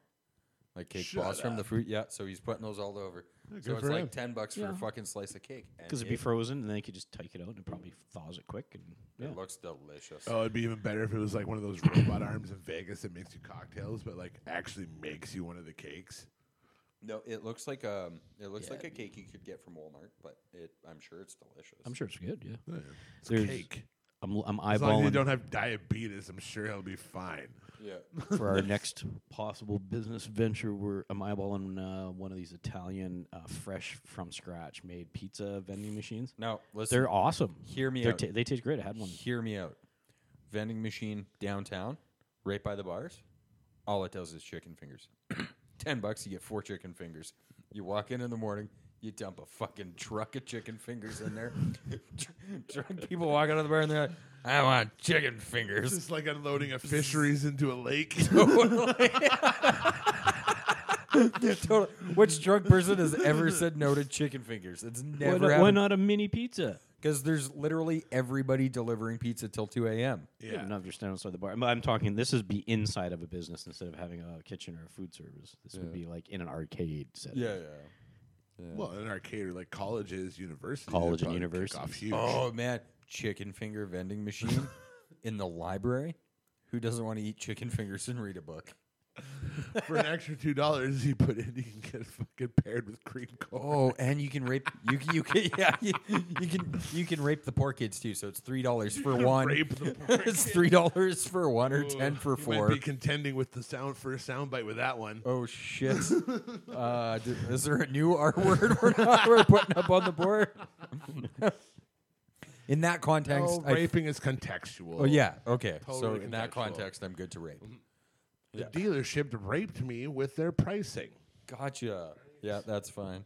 [SPEAKER 4] Like Cake Boss from the fruit. Yeah. So he's putting those all over. so it's
[SPEAKER 1] for
[SPEAKER 4] like
[SPEAKER 1] him.
[SPEAKER 4] 10 bucks for
[SPEAKER 2] Yeah.
[SPEAKER 4] a fucking slice of cake. and
[SPEAKER 2] Because it'd be
[SPEAKER 4] it-
[SPEAKER 2] frozen, and then you could just take it out, and it probably thaws it quick. And yeah.
[SPEAKER 4] It looks delicious.
[SPEAKER 1] Oh, it'd be even better if it was like one of those robot arms in Vegas that makes you cocktails, but like actually makes you one of the cakes.
[SPEAKER 4] No, it looks like um, it looks like a cake you could get from Walmart, but it, I'm sure it's delicious.
[SPEAKER 2] I'm sure it's good. Yeah,
[SPEAKER 1] It's
[SPEAKER 2] There's-
[SPEAKER 1] cake.
[SPEAKER 2] I'm
[SPEAKER 1] As
[SPEAKER 2] I'm
[SPEAKER 1] long as you
[SPEAKER 2] eyeballing
[SPEAKER 1] don't have diabetes, I'm sure he'll be fine.
[SPEAKER 2] for our next possible business venture. We're I'm eyeballing uh, one of these Italian uh, fresh from scratch made pizza vending machines.
[SPEAKER 4] Now, listen.
[SPEAKER 2] They're awesome.
[SPEAKER 4] Hear me
[SPEAKER 2] They're
[SPEAKER 4] out.
[SPEAKER 2] ta- they taste great. I had one.
[SPEAKER 4] Hear me out. Vending machine downtown, right by the bars. All it does is chicken fingers. [CLEARS THROAT] Ten bucks, you get four chicken fingers. You walk in in the morning, you dump a fucking truck of chicken fingers in there. [LAUGHS] Drunk people walk out of the bar and they're like, "I want chicken
[SPEAKER 1] It's
[SPEAKER 4] fingers."
[SPEAKER 1] just like unloading
[SPEAKER 4] [LAUGHS]
[SPEAKER 1] a fisheries into a lake.
[SPEAKER 4] Totally. Which drunk person has ever said no to chicken fingers? It's
[SPEAKER 2] Why
[SPEAKER 4] never
[SPEAKER 2] not, why
[SPEAKER 4] happened.
[SPEAKER 2] not a mini pizza?
[SPEAKER 4] Because there's literally everybody delivering pizza till two a.m.
[SPEAKER 2] Yeah. Not just stand outside the bar. I'm, I'm talking. This is be inside of a business instead of having a kitchen or a food service. This would be like in an arcade setting.
[SPEAKER 4] yeah.
[SPEAKER 1] Well, an arcade or like colleges, universities.
[SPEAKER 2] College
[SPEAKER 1] they'd
[SPEAKER 2] and
[SPEAKER 1] probably kick
[SPEAKER 2] universities.
[SPEAKER 1] Off huge.
[SPEAKER 4] Oh man, chicken finger vending [LAUGHS] machine in the library. Who doesn't want to eat chicken fingers and read a book?
[SPEAKER 1] For an extra two dollars, you put in, you can get fucking paired with cream corn.
[SPEAKER 4] Oh, and you can rape you can- you can yeah you, you can you can rape the poor kids too. So it's three dollars for one.
[SPEAKER 1] Rape
[SPEAKER 4] [LAUGHS]
[SPEAKER 1] the poor
[SPEAKER 4] it's three dollars for one or ten for
[SPEAKER 1] You might
[SPEAKER 4] four.
[SPEAKER 1] be contending with the sound for a soundbite with that one.
[SPEAKER 4] Oh shit! [LAUGHS] uh, d- is there a new R word we're not we're putting up on the [LAUGHS] board? in that context,
[SPEAKER 1] No,
[SPEAKER 4] I f-
[SPEAKER 1] Oh, raping is contextual.
[SPEAKER 4] oh Mm-hmm. yeah, okay. so
[SPEAKER 1] Totally
[SPEAKER 4] in that
[SPEAKER 1] contextual.
[SPEAKER 4] context, I'm good to rape.
[SPEAKER 1] the dealership raped me with their pricing.
[SPEAKER 4] Gotcha. Yeah, that's fine.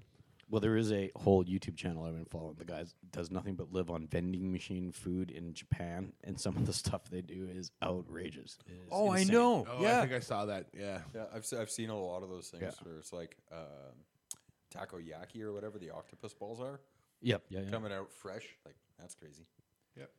[SPEAKER 2] Well, there is a whole YouTube channel I've been following. The guy does nothing but live on vending machine food in Japan, and some of the stuff they do is outrageous. It is
[SPEAKER 4] Oh,
[SPEAKER 2] insane.
[SPEAKER 4] I know.
[SPEAKER 1] Oh,
[SPEAKER 4] yeah.
[SPEAKER 1] I think I saw that. Yeah.
[SPEAKER 4] yeah, I've se- I've seen a lot of those things
[SPEAKER 2] Yeah.
[SPEAKER 4] where it's like um takoyaki or whatever the octopus balls are
[SPEAKER 2] Yep. Yeah, yeah.
[SPEAKER 4] coming out fresh. Like that's crazy.
[SPEAKER 1] Yep.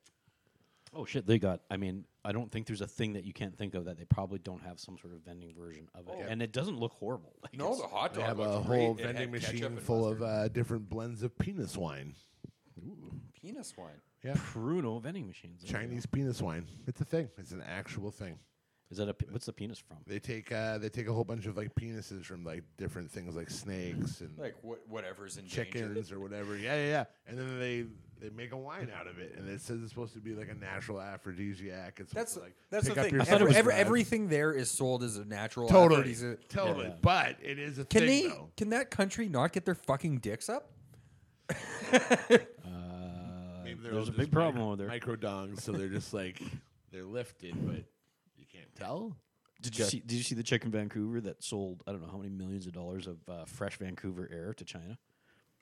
[SPEAKER 2] Oh shit, they got. I mean, I don't think there's a thing that you can't think of that they probably don't have some sort of vending version of it, and it doesn't look horrible. Like,
[SPEAKER 4] No, the hot
[SPEAKER 1] They
[SPEAKER 4] dog.
[SPEAKER 1] have
[SPEAKER 4] looked
[SPEAKER 1] a whole
[SPEAKER 4] great. It
[SPEAKER 1] vending
[SPEAKER 4] had ketchup
[SPEAKER 1] machine
[SPEAKER 4] and
[SPEAKER 1] full
[SPEAKER 4] mustard.
[SPEAKER 1] of uh, different blends of penis wine. uh,
[SPEAKER 4] penis wine.
[SPEAKER 1] Yeah.
[SPEAKER 2] Pruno vending machines. there you go.
[SPEAKER 1] Chinese penis wine. It's a thing. It's an actual thing.
[SPEAKER 2] Is that a pe- what's the penis from?
[SPEAKER 1] They take uh, they take a whole bunch of like penises from like different things like snakes and
[SPEAKER 4] Like what? Whatever's in danger.
[SPEAKER 1] chickens or whatever. Yeah, yeah, yeah. And then they they make a wine out of it, and it says it's supposed to be like a natural aphrodisiac. It's
[SPEAKER 4] That's
[SPEAKER 1] supposed to, like
[SPEAKER 4] that's the
[SPEAKER 1] pick up
[SPEAKER 4] thing.
[SPEAKER 1] your
[SPEAKER 4] Every-
[SPEAKER 1] sex
[SPEAKER 4] every-
[SPEAKER 1] drive.
[SPEAKER 4] everything there is sold as a natural.
[SPEAKER 1] totally,
[SPEAKER 4] aphrodisiac.
[SPEAKER 1] totally. But it is a
[SPEAKER 4] Can
[SPEAKER 1] thing
[SPEAKER 4] they?
[SPEAKER 1] though.
[SPEAKER 4] Can that country not get their fucking dicks up?
[SPEAKER 2] Uh,
[SPEAKER 1] Maybe they're
[SPEAKER 2] there's a
[SPEAKER 1] all
[SPEAKER 2] big
[SPEAKER 1] just
[SPEAKER 2] problem
[SPEAKER 1] micro-
[SPEAKER 2] over there.
[SPEAKER 1] Micro dongs, so they're just like they're lifted, but you can't tell.
[SPEAKER 2] Did you see? Did you see the chick in Vancouver that sold I don't know how many millions of dollars of uh, fresh Vancouver air to China?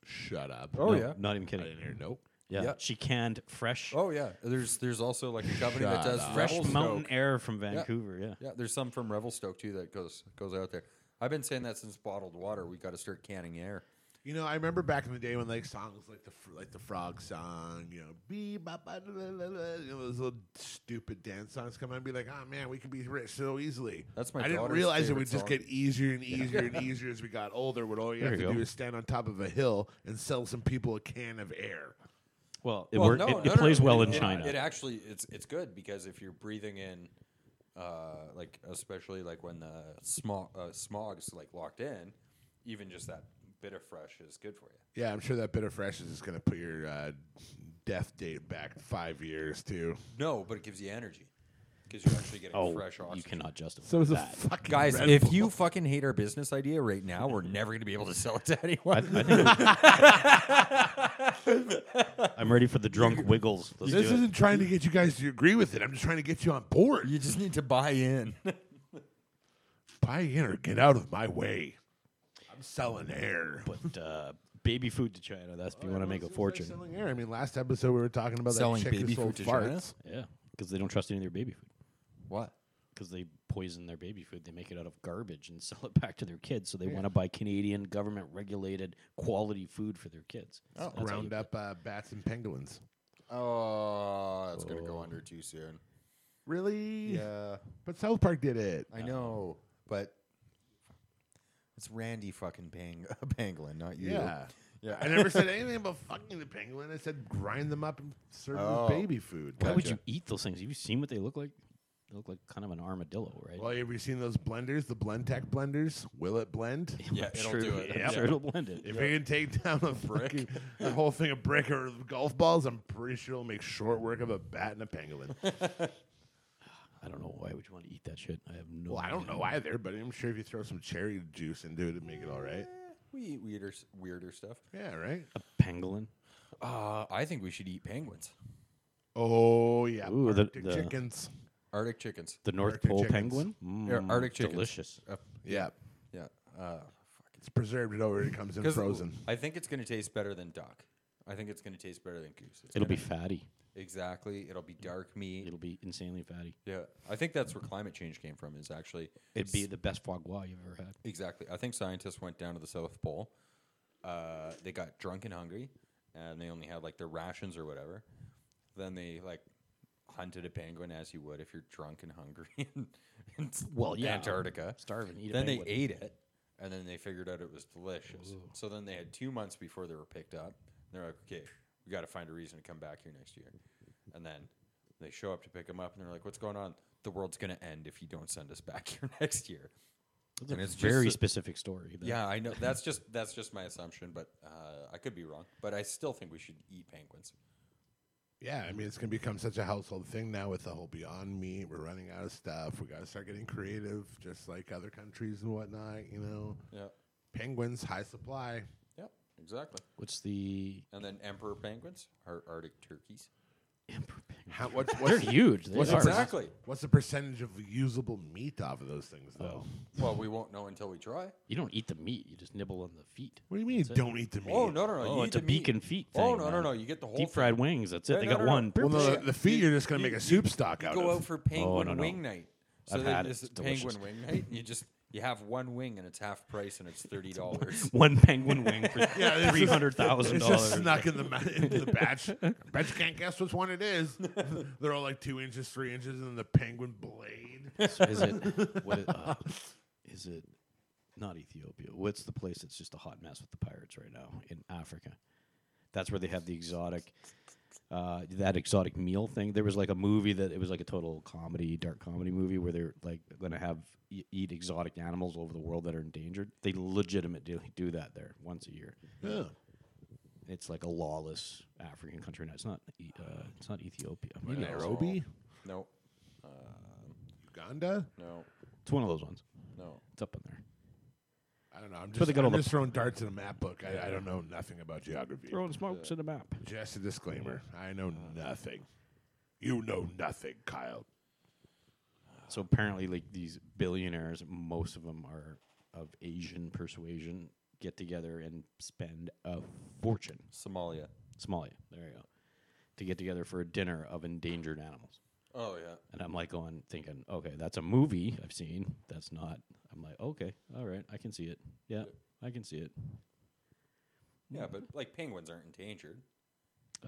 [SPEAKER 1] Shut up.
[SPEAKER 4] Oh,
[SPEAKER 2] No,
[SPEAKER 4] yeah.
[SPEAKER 2] not even kidding.
[SPEAKER 1] I didn't hear. Nope.
[SPEAKER 2] Yeah,
[SPEAKER 4] Yeah.
[SPEAKER 2] she canned fresh
[SPEAKER 4] Oh yeah. There's there's also like a company that
[SPEAKER 1] Shut
[SPEAKER 4] does
[SPEAKER 1] up.
[SPEAKER 2] fresh
[SPEAKER 4] Rebel
[SPEAKER 2] mountain
[SPEAKER 4] Stoke.
[SPEAKER 2] air from Vancouver. Yeah.
[SPEAKER 4] Yeah, there's some from Revelstoke too that goes goes out there. I've been saying that since bottled water. We got to start canning air.
[SPEAKER 1] You know, I remember back in the day when like songs like the fr- like the frog song, you know, bee ba ba da, da, da, da, you know those little stupid dance songs come on and be like, oh man, we could be rich so easily.
[SPEAKER 4] That's my
[SPEAKER 1] I didn't
[SPEAKER 4] daughter's
[SPEAKER 1] realize it
[SPEAKER 4] favorite
[SPEAKER 1] would just
[SPEAKER 4] song.
[SPEAKER 1] get easier and easier and easier as we got older. When all you
[SPEAKER 2] There
[SPEAKER 1] have
[SPEAKER 2] you
[SPEAKER 1] to
[SPEAKER 2] go.
[SPEAKER 1] do is stand on top of a hill and sell some people a can of air.
[SPEAKER 2] Well, it,
[SPEAKER 4] Well,
[SPEAKER 2] worked,
[SPEAKER 4] no,
[SPEAKER 2] it,
[SPEAKER 4] no,
[SPEAKER 2] it
[SPEAKER 4] no,
[SPEAKER 2] plays
[SPEAKER 4] no,
[SPEAKER 2] well
[SPEAKER 4] it-
[SPEAKER 2] in
[SPEAKER 4] it-
[SPEAKER 2] China.
[SPEAKER 4] It actually it's it's good because if you're breathing in, uh, like especially like when the smog uh, smog's like locked in, even just that bit of fresh is good for you.
[SPEAKER 1] Yeah, I'm sure that bitter fresh is going to put your uh, death date back five years too.
[SPEAKER 4] No, but it gives you energy because you're actually getting
[SPEAKER 2] oh,
[SPEAKER 4] fresh oxygen.
[SPEAKER 2] you cannot justify
[SPEAKER 1] So it's a
[SPEAKER 2] that.
[SPEAKER 1] fucking
[SPEAKER 4] Guys,
[SPEAKER 1] Red
[SPEAKER 4] if
[SPEAKER 1] Bull.
[SPEAKER 4] you fucking hate our business idea right now, we're never going to be able to sell it to anyone.
[SPEAKER 2] [LAUGHS] I'm ready for the
[SPEAKER 4] [LAUGHS]
[SPEAKER 2] drunk wiggles. Let's
[SPEAKER 1] this
[SPEAKER 2] do it.
[SPEAKER 1] [LAUGHS] isn't trying to get you guys to agree with it. I'm just trying to get you on board.
[SPEAKER 4] you just need to buy in. [LAUGHS]
[SPEAKER 1] buy in or get out of my way. I'm selling air.
[SPEAKER 2] But uh, baby food to China. That's
[SPEAKER 4] Oh,
[SPEAKER 2] if you want to make a fortune.
[SPEAKER 1] selling air. I mean, last episode we were talking about
[SPEAKER 4] Selling
[SPEAKER 1] that chick
[SPEAKER 4] baby
[SPEAKER 1] who sold
[SPEAKER 4] food to China?
[SPEAKER 1] farts.
[SPEAKER 2] Yeah, because they don't trust any of their baby food.
[SPEAKER 4] What?
[SPEAKER 2] Because they poison their baby food. They make it out of garbage and [LAUGHS] sell it back to their kids. So they want to buy Canadian government regulated quality food for their kids. Oh,
[SPEAKER 1] Round up uh, bats and penguins.
[SPEAKER 4] Oh, it's gonna go under too soon.
[SPEAKER 1] Really? But South Park did it.
[SPEAKER 4] I know, but it's Randy fucking Pang- [LAUGHS] Pangolin, not you.
[SPEAKER 1] yeah.
[SPEAKER 4] yeah.
[SPEAKER 1] I
[SPEAKER 4] [LAUGHS]
[SPEAKER 1] never said anything about fucking the penguin. I said grind them up and serve them
[SPEAKER 4] Oh.
[SPEAKER 1] as baby food.
[SPEAKER 2] Why would
[SPEAKER 4] Gotcha.
[SPEAKER 2] you eat those things? Have you seen what they look like? They look like kind of an armadillo, right?
[SPEAKER 1] Well, have you seen those blenders, the Blendtec blenders? Will it blend?
[SPEAKER 2] yeah, I'm
[SPEAKER 8] it'll
[SPEAKER 2] sure,
[SPEAKER 8] do
[SPEAKER 2] [LAUGHS]
[SPEAKER 8] it.
[SPEAKER 2] I'm
[SPEAKER 1] Yep.
[SPEAKER 2] sure it'll blend it.
[SPEAKER 1] If you can take down a brick, a whole thing of brick or golf balls, I'm pretty sure it'll make short work of a bat and a pangolin.
[SPEAKER 2] I don't know why would you want to eat that shit. I have no.
[SPEAKER 1] well, I don't
[SPEAKER 2] idea.
[SPEAKER 1] know either, but I'm sure if you throw some cherry juice into it, it'd make it all right.
[SPEAKER 4] We eat weirder, s- weirder stuff.
[SPEAKER 1] Yeah, right?
[SPEAKER 2] A pangolin.
[SPEAKER 4] Uh, I think we should eat penguins,
[SPEAKER 1] Oh, yeah.
[SPEAKER 2] Ooh, the-
[SPEAKER 1] Arctic
[SPEAKER 2] the-
[SPEAKER 1] chickens.
[SPEAKER 4] Arctic chickens.
[SPEAKER 2] The North
[SPEAKER 1] Arctic
[SPEAKER 2] Pole
[SPEAKER 1] chickens.
[SPEAKER 2] penguin.
[SPEAKER 4] Or
[SPEAKER 2] Mm,
[SPEAKER 4] Arctic chickens.
[SPEAKER 2] Delicious.
[SPEAKER 4] Uh,
[SPEAKER 1] Yeah.
[SPEAKER 4] yeah. Uh,
[SPEAKER 1] It's preserved. It already comes in
[SPEAKER 4] 'cause
[SPEAKER 1] frozen.
[SPEAKER 4] I think it's going to taste better than duck. I think it's going to taste better than goose. It's
[SPEAKER 2] It'll be
[SPEAKER 4] gonna-
[SPEAKER 2] fatty.
[SPEAKER 4] exactly. It'll be dark meat.
[SPEAKER 2] It'll be insanely fatty.
[SPEAKER 4] yeah, I think that's where climate change came from. Is actually
[SPEAKER 2] It'd be the best foie gras you've ever had.
[SPEAKER 4] Exactly. I think scientists went down to the South Pole. Uh, they got drunk and hungry, and they only had like their rations or whatever. Then they like hunted a penguin as you would if you're drunk and hungry [LAUGHS] in, in s-
[SPEAKER 2] Well, yeah.
[SPEAKER 4] Antarctica.
[SPEAKER 2] Starve and eat a
[SPEAKER 4] Then they
[SPEAKER 2] penguin.
[SPEAKER 4] ate it, and then they figured out it was delicious. So then they had two months before they were picked up. They're like, okay, we got to find a reason to come back here next year. And then they show up to pick them up, and they're like, what's going on? The world's going to end if you don't send us back [LAUGHS] here next year.
[SPEAKER 2] It's
[SPEAKER 4] And
[SPEAKER 2] a
[SPEAKER 4] it's just
[SPEAKER 2] very
[SPEAKER 4] a-
[SPEAKER 2] specific story. though.
[SPEAKER 4] Yeah, I know. That's just that's just my assumption, but uh, I could be wrong. But I still think we should eat penguins.
[SPEAKER 1] Yeah, I mean, it's going to become such a household thing now with the whole Beyond Meat. We're running out of stuff. We got to start getting creative, just like other countries and whatnot, you know?
[SPEAKER 4] Yeah.
[SPEAKER 1] Penguins, high supply.
[SPEAKER 4] Yep. Exactly.
[SPEAKER 2] What's
[SPEAKER 4] [LAUGHS]
[SPEAKER 2] the
[SPEAKER 4] And then emperor penguins are Arctic turkeys.
[SPEAKER 2] emperor penguin?
[SPEAKER 1] How, what's,
[SPEAKER 2] They're
[SPEAKER 1] what's,
[SPEAKER 2] huge. They
[SPEAKER 1] What's the
[SPEAKER 2] are.
[SPEAKER 1] percent-
[SPEAKER 4] Exactly.
[SPEAKER 1] what's the percentage of usable meat off of those things,
[SPEAKER 2] Oh.
[SPEAKER 1] though?
[SPEAKER 4] Well, we won't know until we try.
[SPEAKER 2] You don't eat the meat. You just nibble on the feet.
[SPEAKER 1] What do you mean? Don't eat the meat.
[SPEAKER 4] Oh no no no!
[SPEAKER 2] Oh,
[SPEAKER 4] you
[SPEAKER 2] it's
[SPEAKER 4] eat
[SPEAKER 2] a
[SPEAKER 4] the
[SPEAKER 2] beak
[SPEAKER 4] meat.
[SPEAKER 2] and feet.
[SPEAKER 4] Oh
[SPEAKER 2] thing,
[SPEAKER 4] no no
[SPEAKER 2] man.
[SPEAKER 4] no! You get the whole
[SPEAKER 2] Deep
[SPEAKER 4] thing.
[SPEAKER 2] fried wings. That's it.
[SPEAKER 4] No,
[SPEAKER 2] they
[SPEAKER 4] no,
[SPEAKER 2] got
[SPEAKER 4] no, no.
[SPEAKER 2] one.
[SPEAKER 1] Well, no, the,
[SPEAKER 4] Yeah.
[SPEAKER 1] the feet you're just gonna
[SPEAKER 4] You-
[SPEAKER 1] make a
[SPEAKER 4] you-
[SPEAKER 1] soup stock
[SPEAKER 4] You
[SPEAKER 1] out
[SPEAKER 4] go
[SPEAKER 1] of.
[SPEAKER 4] out for penguin
[SPEAKER 2] Oh, no, no.
[SPEAKER 4] wing night. So
[SPEAKER 2] I've
[SPEAKER 4] they-
[SPEAKER 2] had it.
[SPEAKER 4] this
[SPEAKER 2] It's
[SPEAKER 4] penguin
[SPEAKER 2] delicious.
[SPEAKER 4] wing night. You just you have one wing and it's half price
[SPEAKER 2] [LAUGHS]
[SPEAKER 4] and it's thirty dollars.
[SPEAKER 2] [LAUGHS] One penguin wing
[SPEAKER 4] [LAUGHS]
[SPEAKER 2] for
[SPEAKER 1] it's
[SPEAKER 2] three hundred thousand
[SPEAKER 1] it's just
[SPEAKER 2] dollars.
[SPEAKER 1] snuck in the ma- into the batch. [LAUGHS] Bet you can't guess which one it is. [LAUGHS] They're all like two inches, three inches, and then the penguin blade.
[SPEAKER 2] is it? What it [LAUGHS] uh, is it? Not Ethiopia. What's the place that's just a hot mess with the pirates right now in Africa? That's where they have the exotic, uh, that exotic meal thing. There was like a movie that it was like a total comedy, dark comedy movie where they're like going to have e- eat exotic animals all over the world that are endangered. They legitimately do that there once a year.
[SPEAKER 1] Yeah.
[SPEAKER 2] It's like a lawless African country. No, it's not. E- Uh, it's not Ethiopia.
[SPEAKER 1] Nairobi,
[SPEAKER 4] no,
[SPEAKER 1] Uganda.
[SPEAKER 4] no,
[SPEAKER 2] It's one of those ones.
[SPEAKER 4] no.
[SPEAKER 2] It's up in there.
[SPEAKER 1] I don't know. I'm
[SPEAKER 2] where
[SPEAKER 1] just,
[SPEAKER 2] they got all
[SPEAKER 1] I'm
[SPEAKER 2] the-
[SPEAKER 1] just throwing darts in a map book. I, I don't know nothing about geography.
[SPEAKER 2] Throwing smokes in the map.
[SPEAKER 1] Just a disclaimer. I know nothing. You know nothing, Kyle.
[SPEAKER 2] So apparently, like these billionaires, most of them are of Asian persuasion, get together and spend a fortune.
[SPEAKER 4] Somalia.
[SPEAKER 2] Somalia, there you go, to get together for a dinner of endangered animals.
[SPEAKER 4] Oh yeah.
[SPEAKER 2] And I'm like going, thinking, okay, that's a movie I've seen. That's not. I'm like, okay, all right, I can see it. Yeah, I can see it.
[SPEAKER 4] Yeah, but like penguins aren't endangered.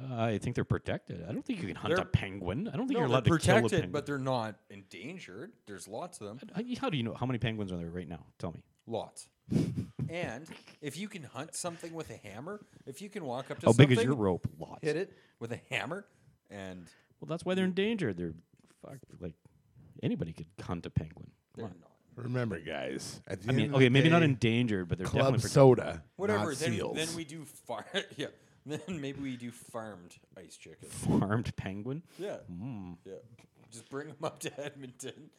[SPEAKER 2] Uh, I think they're protected. I don't think you can hunt
[SPEAKER 4] They're-
[SPEAKER 2] a penguin. I don't think
[SPEAKER 4] No,
[SPEAKER 2] you're
[SPEAKER 4] they're
[SPEAKER 2] allowed to kill a
[SPEAKER 4] protected,
[SPEAKER 2] penguin.
[SPEAKER 4] but they're not endangered. There's lots of them.
[SPEAKER 2] I- how do you know how many penguins are there right now? Tell me.
[SPEAKER 4] Lots. and if you can hunt something with a hammer, if you can walk up to
[SPEAKER 2] How
[SPEAKER 4] something,
[SPEAKER 2] big is your rope? Lots.
[SPEAKER 4] hit it with a hammer, and
[SPEAKER 2] Well, that's why they're endangered. They're fuck, like anybody could hunt a penguin.
[SPEAKER 4] they're
[SPEAKER 2] Come
[SPEAKER 4] not.
[SPEAKER 2] on.
[SPEAKER 1] Remember, guys. At the
[SPEAKER 2] I
[SPEAKER 1] end
[SPEAKER 2] mean,
[SPEAKER 1] of the
[SPEAKER 2] okay, maybe not
[SPEAKER 1] day,
[SPEAKER 2] endangered, but they're
[SPEAKER 1] club
[SPEAKER 2] definitely.
[SPEAKER 1] soda.
[SPEAKER 4] Whatever.
[SPEAKER 1] not
[SPEAKER 4] Then,
[SPEAKER 1] seals.
[SPEAKER 4] then we do farm. [LAUGHS] yeah. Then maybe we do farmed ice chicken.
[SPEAKER 2] protected. farmed penguin.
[SPEAKER 1] Hmm.
[SPEAKER 4] Yeah. Yeah. Just bring them up to
[SPEAKER 1] [LAUGHS]
[SPEAKER 4] Edmonton.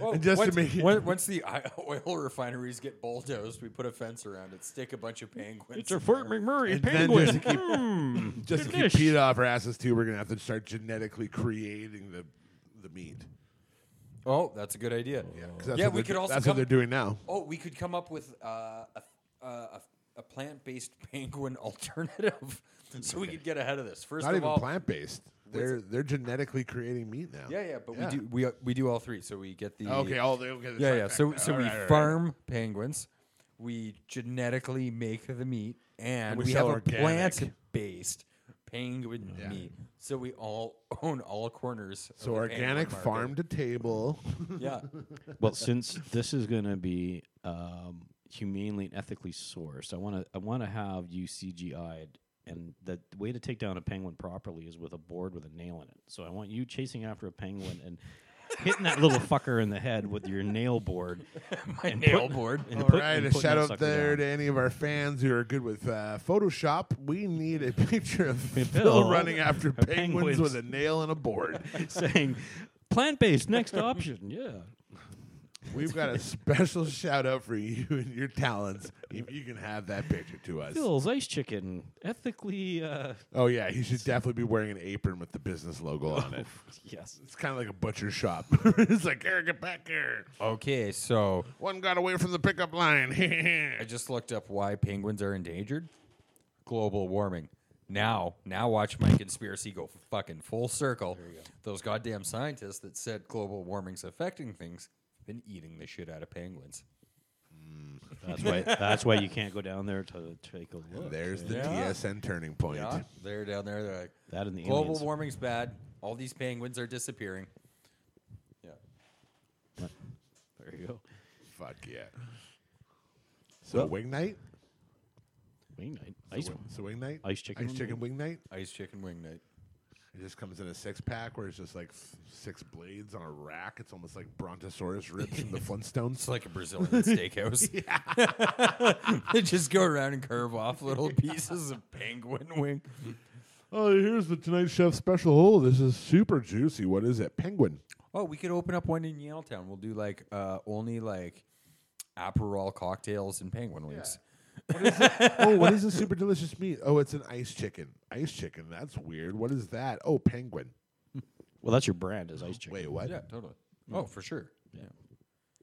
[SPEAKER 4] Well,
[SPEAKER 1] And just to
[SPEAKER 4] once,
[SPEAKER 1] make it-
[SPEAKER 4] on- once the i- [LAUGHS] oil refineries get bulldozed, we put a fence around it, stick a bunch of penguins.
[SPEAKER 2] It's a
[SPEAKER 4] in
[SPEAKER 2] Fort
[SPEAKER 4] there.
[SPEAKER 2] McMurray
[SPEAKER 1] And then
[SPEAKER 2] penguin.
[SPEAKER 1] just to
[SPEAKER 2] [LAUGHS]
[SPEAKER 1] keep-
[SPEAKER 2] Mm,
[SPEAKER 1] Just to keep
[SPEAKER 2] delish.
[SPEAKER 1] Pete off our asses too, we're gonna have to start genetically creating the the meat.
[SPEAKER 4] Oh, that's a good idea.
[SPEAKER 1] Yeah, Oh, 'cause that's
[SPEAKER 4] Yeah,
[SPEAKER 1] what
[SPEAKER 4] we
[SPEAKER 1] they're-
[SPEAKER 4] could also
[SPEAKER 1] That's
[SPEAKER 4] come-
[SPEAKER 1] what they're doing now.
[SPEAKER 4] Oh, we could come up with uh, a, a, a, a plant based [LAUGHS]
[SPEAKER 1] [LAUGHS]
[SPEAKER 4] penguin alternative. so we could get ahead of this. First
[SPEAKER 1] Not
[SPEAKER 4] of
[SPEAKER 1] even
[SPEAKER 4] all,
[SPEAKER 1] plant based. They're they're genetically creating meat now.
[SPEAKER 4] Yeah, yeah, but
[SPEAKER 1] Yeah.
[SPEAKER 4] we do we we do all three. So we get the
[SPEAKER 1] Okay. All the okay. the
[SPEAKER 4] yeah, yeah.
[SPEAKER 1] trifecta.
[SPEAKER 4] So so
[SPEAKER 1] All
[SPEAKER 4] we
[SPEAKER 1] right, all right.
[SPEAKER 4] farm penguins, we genetically make the meat, and,
[SPEAKER 1] we
[SPEAKER 4] we,
[SPEAKER 1] sell
[SPEAKER 4] have a
[SPEAKER 1] organic.
[SPEAKER 4] plant based penguin meat. So we all [LAUGHS] own all corners.
[SPEAKER 1] So
[SPEAKER 4] of the penguin
[SPEAKER 1] organic
[SPEAKER 4] market.
[SPEAKER 1] farm to table. [LAUGHS]
[SPEAKER 4] Yeah, [LAUGHS]
[SPEAKER 2] well, since this is going to be um, humanely and ethically sourced, I want to I want to have you CGI'd And the way to take down a penguin properly is with a board with a nail in it. So I want you chasing after a penguin and hitting that little fucker in the head with your nail board. My
[SPEAKER 4] nail board.
[SPEAKER 1] [LAUGHS]
[SPEAKER 2] And
[SPEAKER 10] [LAUGHS] All
[SPEAKER 2] put-
[SPEAKER 10] right,
[SPEAKER 2] and
[SPEAKER 10] a
[SPEAKER 2] putting
[SPEAKER 10] shout
[SPEAKER 2] that
[SPEAKER 10] out
[SPEAKER 2] sucker
[SPEAKER 10] there to
[SPEAKER 2] down.
[SPEAKER 10] any of our fans who are good with uh, Photoshop. We need a [LAUGHS] picture of Phil,
[SPEAKER 2] Phil
[SPEAKER 10] running
[SPEAKER 2] [LAUGHS]
[SPEAKER 10] after
[SPEAKER 2] or
[SPEAKER 10] penguins
[SPEAKER 2] penguins.
[SPEAKER 10] with a nail and a
[SPEAKER 2] [LAUGHS]
[SPEAKER 10] board.
[SPEAKER 2] saying plant based next option. [LAUGHS] Yeah.
[SPEAKER 10] We've got a special shout out for you and your talents if you can have that picture to us.
[SPEAKER 2] Phil's ice chicken, ethically. Uh,
[SPEAKER 10] Oh yeah, he should definitely be wearing an apron with the business logo on
[SPEAKER 2] [LAUGHS]
[SPEAKER 10] it.
[SPEAKER 2] yes.
[SPEAKER 10] It's kind of like a butcher shop. [LAUGHS] it's like, here, get back here.
[SPEAKER 4] Okay, so
[SPEAKER 10] One got away from the pickup line. [LAUGHS]
[SPEAKER 4] I just looked up why penguins are endangered. Global warming. Now, now watch my conspiracy go fucking full circle. Those goddamn scientists that said global warming's affecting things been eating the shit out of penguins.
[SPEAKER 2] That's why. That's why you can't go down there to take a look.
[SPEAKER 10] There's the
[SPEAKER 4] Yeah.
[SPEAKER 10] TSN turning point.
[SPEAKER 4] Yeah, they're down there. They're like,
[SPEAKER 2] That and the
[SPEAKER 4] global
[SPEAKER 2] aliens.
[SPEAKER 4] warming's bad. All these penguins are disappearing. Yeah.
[SPEAKER 2] There you go.
[SPEAKER 10] Fuck yeah. So wing night.
[SPEAKER 2] Wing night.
[SPEAKER 10] So
[SPEAKER 2] Ice
[SPEAKER 10] wing- so wing night.
[SPEAKER 2] ice chicken
[SPEAKER 10] Ice
[SPEAKER 2] wing
[SPEAKER 10] chicken
[SPEAKER 2] night.
[SPEAKER 10] wing night.
[SPEAKER 4] Ice chicken wing night.
[SPEAKER 10] It just comes in a six pack where it's just like f- six blades on a rack. It's almost like Brontosaurus
[SPEAKER 2] [LAUGHS]
[SPEAKER 10] ribs from the Flintstones.
[SPEAKER 4] It's like a Brazilian steakhouse. [LAUGHS] they just go around and curve off little pieces of penguin wing.
[SPEAKER 10] Oh, here's the Tonight Chef special. Oh, this is super juicy. What is it? Penguin.
[SPEAKER 4] Oh, we could open up one in Yale Town. We'll do like uh, only like Aperol cocktails and penguin wings.
[SPEAKER 10] oh, what is this super delicious meat? Oh, it's an ice chicken. Ice chicken. That's weird. What is that? Oh, penguin.
[SPEAKER 2] Well, that's your brand is ice chicken.
[SPEAKER 10] Wait, what?
[SPEAKER 4] Yeah, totally. Oh, for sure.
[SPEAKER 2] Yeah.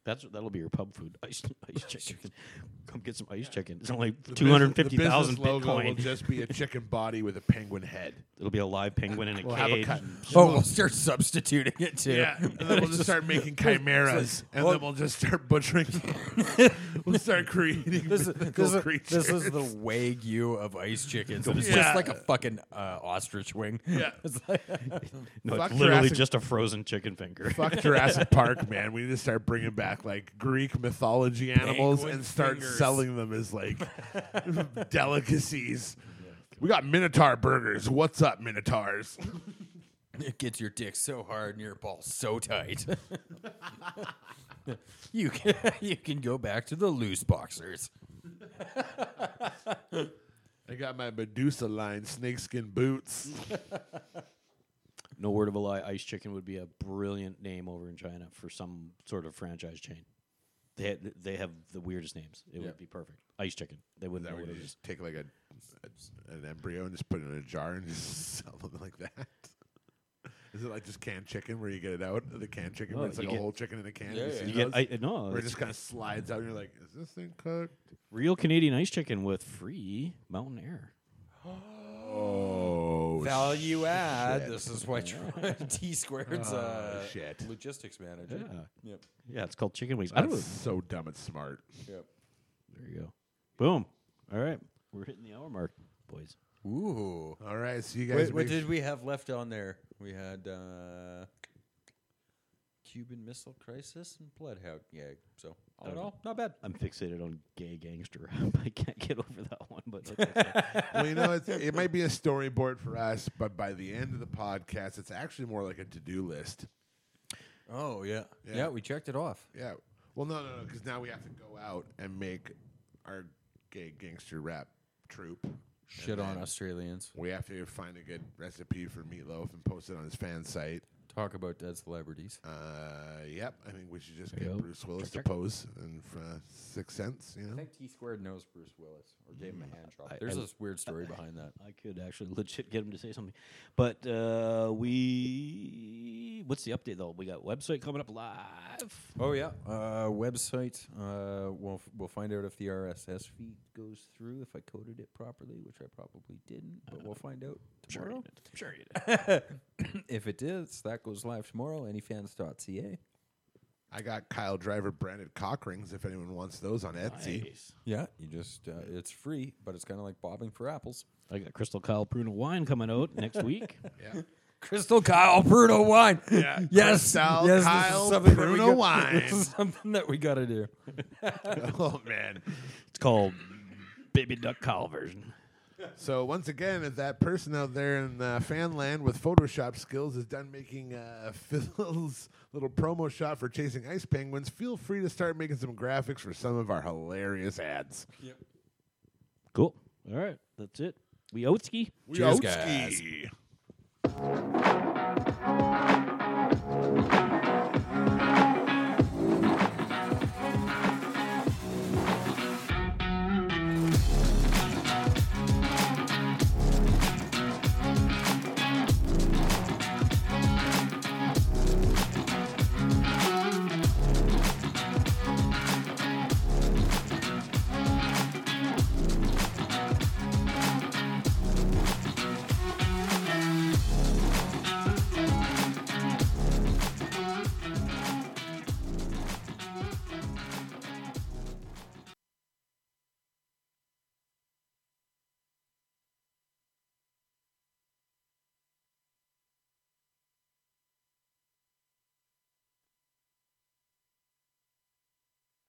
[SPEAKER 2] That's that'll be your pub food. [LAUGHS] Ice
[SPEAKER 10] [LAUGHS]
[SPEAKER 2] ice chicken. Come get some ice chicken. It's only two hundred fifty thousand
[SPEAKER 10] The business logo will
[SPEAKER 2] bitcoin.
[SPEAKER 10] just be a chicken body with a penguin head.
[SPEAKER 2] It'll be a live penguin in a
[SPEAKER 10] [LAUGHS] We'll have a
[SPEAKER 2] cage.
[SPEAKER 10] cut.
[SPEAKER 4] Oh, we'll start substituting it too.
[SPEAKER 10] Yeah, and
[SPEAKER 4] [LAUGHS]
[SPEAKER 10] then we'll just start making chimeras, and then we'll just start butchering. [LAUGHS] we'll start creating
[SPEAKER 4] This is,
[SPEAKER 10] mythical
[SPEAKER 4] this, is,
[SPEAKER 10] creatures.
[SPEAKER 4] this is the wagyu of ice chickens. It's
[SPEAKER 10] Yeah.
[SPEAKER 4] just like a fucking uh, ostrich wing.
[SPEAKER 10] Yeah.
[SPEAKER 4] [LAUGHS] It's like-
[SPEAKER 2] no,
[SPEAKER 10] Fuck
[SPEAKER 2] it's literally
[SPEAKER 10] Jurassic-
[SPEAKER 2] just a frozen chicken finger.
[SPEAKER 10] [LAUGHS] Fuck Jurassic Park, man. We need to start bringing back like Greek mythology animals
[SPEAKER 4] Penguin
[SPEAKER 10] and start
[SPEAKER 4] fingers.
[SPEAKER 10] selling them as like delicacies. We got Minotaur burgers. What's up, Minotaurs?
[SPEAKER 4] it gets your dick so hard and your balls so tight. [LAUGHS] you can [LAUGHS] you can go back to the loose boxers.
[SPEAKER 10] I got my Medusa line snakeskin boots. [LAUGHS]
[SPEAKER 2] No word of a lie, Ice Chicken would be a brilliant name over in China for some sort of franchise chain. They ha- they have the weirdest names. It would be perfect. Ice Chicken. They wouldn't
[SPEAKER 10] That
[SPEAKER 2] know
[SPEAKER 10] would
[SPEAKER 2] what it
[SPEAKER 10] you
[SPEAKER 2] is.
[SPEAKER 10] just take like a, a- an embryo and just put it in a jar and [LAUGHS] just sell them like that. Is it like just canned chicken where you get it out of the canned chicken? where
[SPEAKER 2] No,
[SPEAKER 10] it's
[SPEAKER 2] you
[SPEAKER 10] like a
[SPEAKER 2] get-
[SPEAKER 10] whole chicken in a can.
[SPEAKER 4] Yeah,
[SPEAKER 10] you
[SPEAKER 4] yeah.
[SPEAKER 10] see
[SPEAKER 2] You get
[SPEAKER 10] those?
[SPEAKER 2] I, oh, no.
[SPEAKER 10] where it
[SPEAKER 2] it's
[SPEAKER 10] just kind of slides out and you're like, is this thing cooked?
[SPEAKER 2] real Canadian ice chicken with free mountain air.
[SPEAKER 10] Oh,
[SPEAKER 4] value add. This is why [LAUGHS] T Squared's
[SPEAKER 10] Oh,
[SPEAKER 4] uh,
[SPEAKER 10] shit.
[SPEAKER 4] logistics manager.
[SPEAKER 2] Yeah.
[SPEAKER 4] Yep.
[SPEAKER 2] Yeah, it's called chicken wings. I
[SPEAKER 10] That's
[SPEAKER 2] don't know.
[SPEAKER 10] so dumb. It's smart.
[SPEAKER 4] Yep.
[SPEAKER 2] There you go. Boom. All right. We're hitting the hour mark, boys.
[SPEAKER 4] Ooh.
[SPEAKER 10] All right, so you guys.
[SPEAKER 4] Wait, what
[SPEAKER 10] make-
[SPEAKER 4] did we have left on there? We had uh, Cuban Missile Crisis and Bloodhound Gag. So all in all, not bad.
[SPEAKER 2] I'm fixated on gay gangster rap. [LAUGHS] I can't get over that one, but that's okay.
[SPEAKER 10] [LAUGHS] well, you know, it's, it might be a storyboard for us, but by the end of the podcast, it's actually more like a to-do list.
[SPEAKER 4] Oh yeah. yeah,
[SPEAKER 10] Yeah.
[SPEAKER 4] We checked it off.
[SPEAKER 10] Yeah. Well, no, no, no, because now we have to go out and make our gay gangster rap troupe.
[SPEAKER 4] Shit on Australians.
[SPEAKER 10] We have to find a good recipe for meatloaf and post it on his fan site.
[SPEAKER 4] Talk about dead celebrities.
[SPEAKER 10] Uh, yep. I think we should just
[SPEAKER 2] you
[SPEAKER 10] get
[SPEAKER 2] go.
[SPEAKER 10] Bruce Willis to pose and for uh, six cents. You
[SPEAKER 4] I
[SPEAKER 10] know.
[SPEAKER 4] think T Squared knows Bruce Willis or gave him a hand job.
[SPEAKER 2] I-
[SPEAKER 4] There's
[SPEAKER 2] I-
[SPEAKER 4] this weird story behind that.
[SPEAKER 2] I could actually [LAUGHS] legit get him to say something. But uh, we. What's the update, though? We got website coming up live.
[SPEAKER 4] Oh yeah, uh, website. Uh, we'll f- we'll find out if the RSS feed goes through if I coded it properly, which I probably didn't, but we'll find out tomorrow.
[SPEAKER 2] Sure you did.
[SPEAKER 4] if it is, that goes live tomorrow. Anyfans.ca.
[SPEAKER 10] I got Kyle Driver branded cock rings if anyone wants those on Etsy.
[SPEAKER 2] Nice.
[SPEAKER 4] Yeah, you just uh, it's free, but it's kind of like bobbing for apples.
[SPEAKER 2] [LAUGHS] I got Crystal Kyle Pruno wine coming out [LAUGHS] next week.
[SPEAKER 10] Yeah.
[SPEAKER 4] Crystal Kyle Bruno wine. Yeah. yes,
[SPEAKER 10] Crystal
[SPEAKER 4] yes, this
[SPEAKER 10] Kyle
[SPEAKER 4] is something that we
[SPEAKER 10] Bruno
[SPEAKER 4] got- [LAUGHS]
[SPEAKER 10] wine.
[SPEAKER 4] This is something that we got to do.
[SPEAKER 10] [LAUGHS] oh man.
[SPEAKER 2] It's called Baby Duck Kyle version.
[SPEAKER 10] So once again, if that person out there in uh, fan land with Photoshop skills is done making uh, [LAUGHS] Phil's little promo shot for chasing ice penguins, feel free to start making some graphics for some of our hilarious ads.
[SPEAKER 2] Cool. All right. That's it. We Otski.
[SPEAKER 10] We
[SPEAKER 4] Cheers,
[SPEAKER 10] out
[SPEAKER 4] guys.
[SPEAKER 10] ski.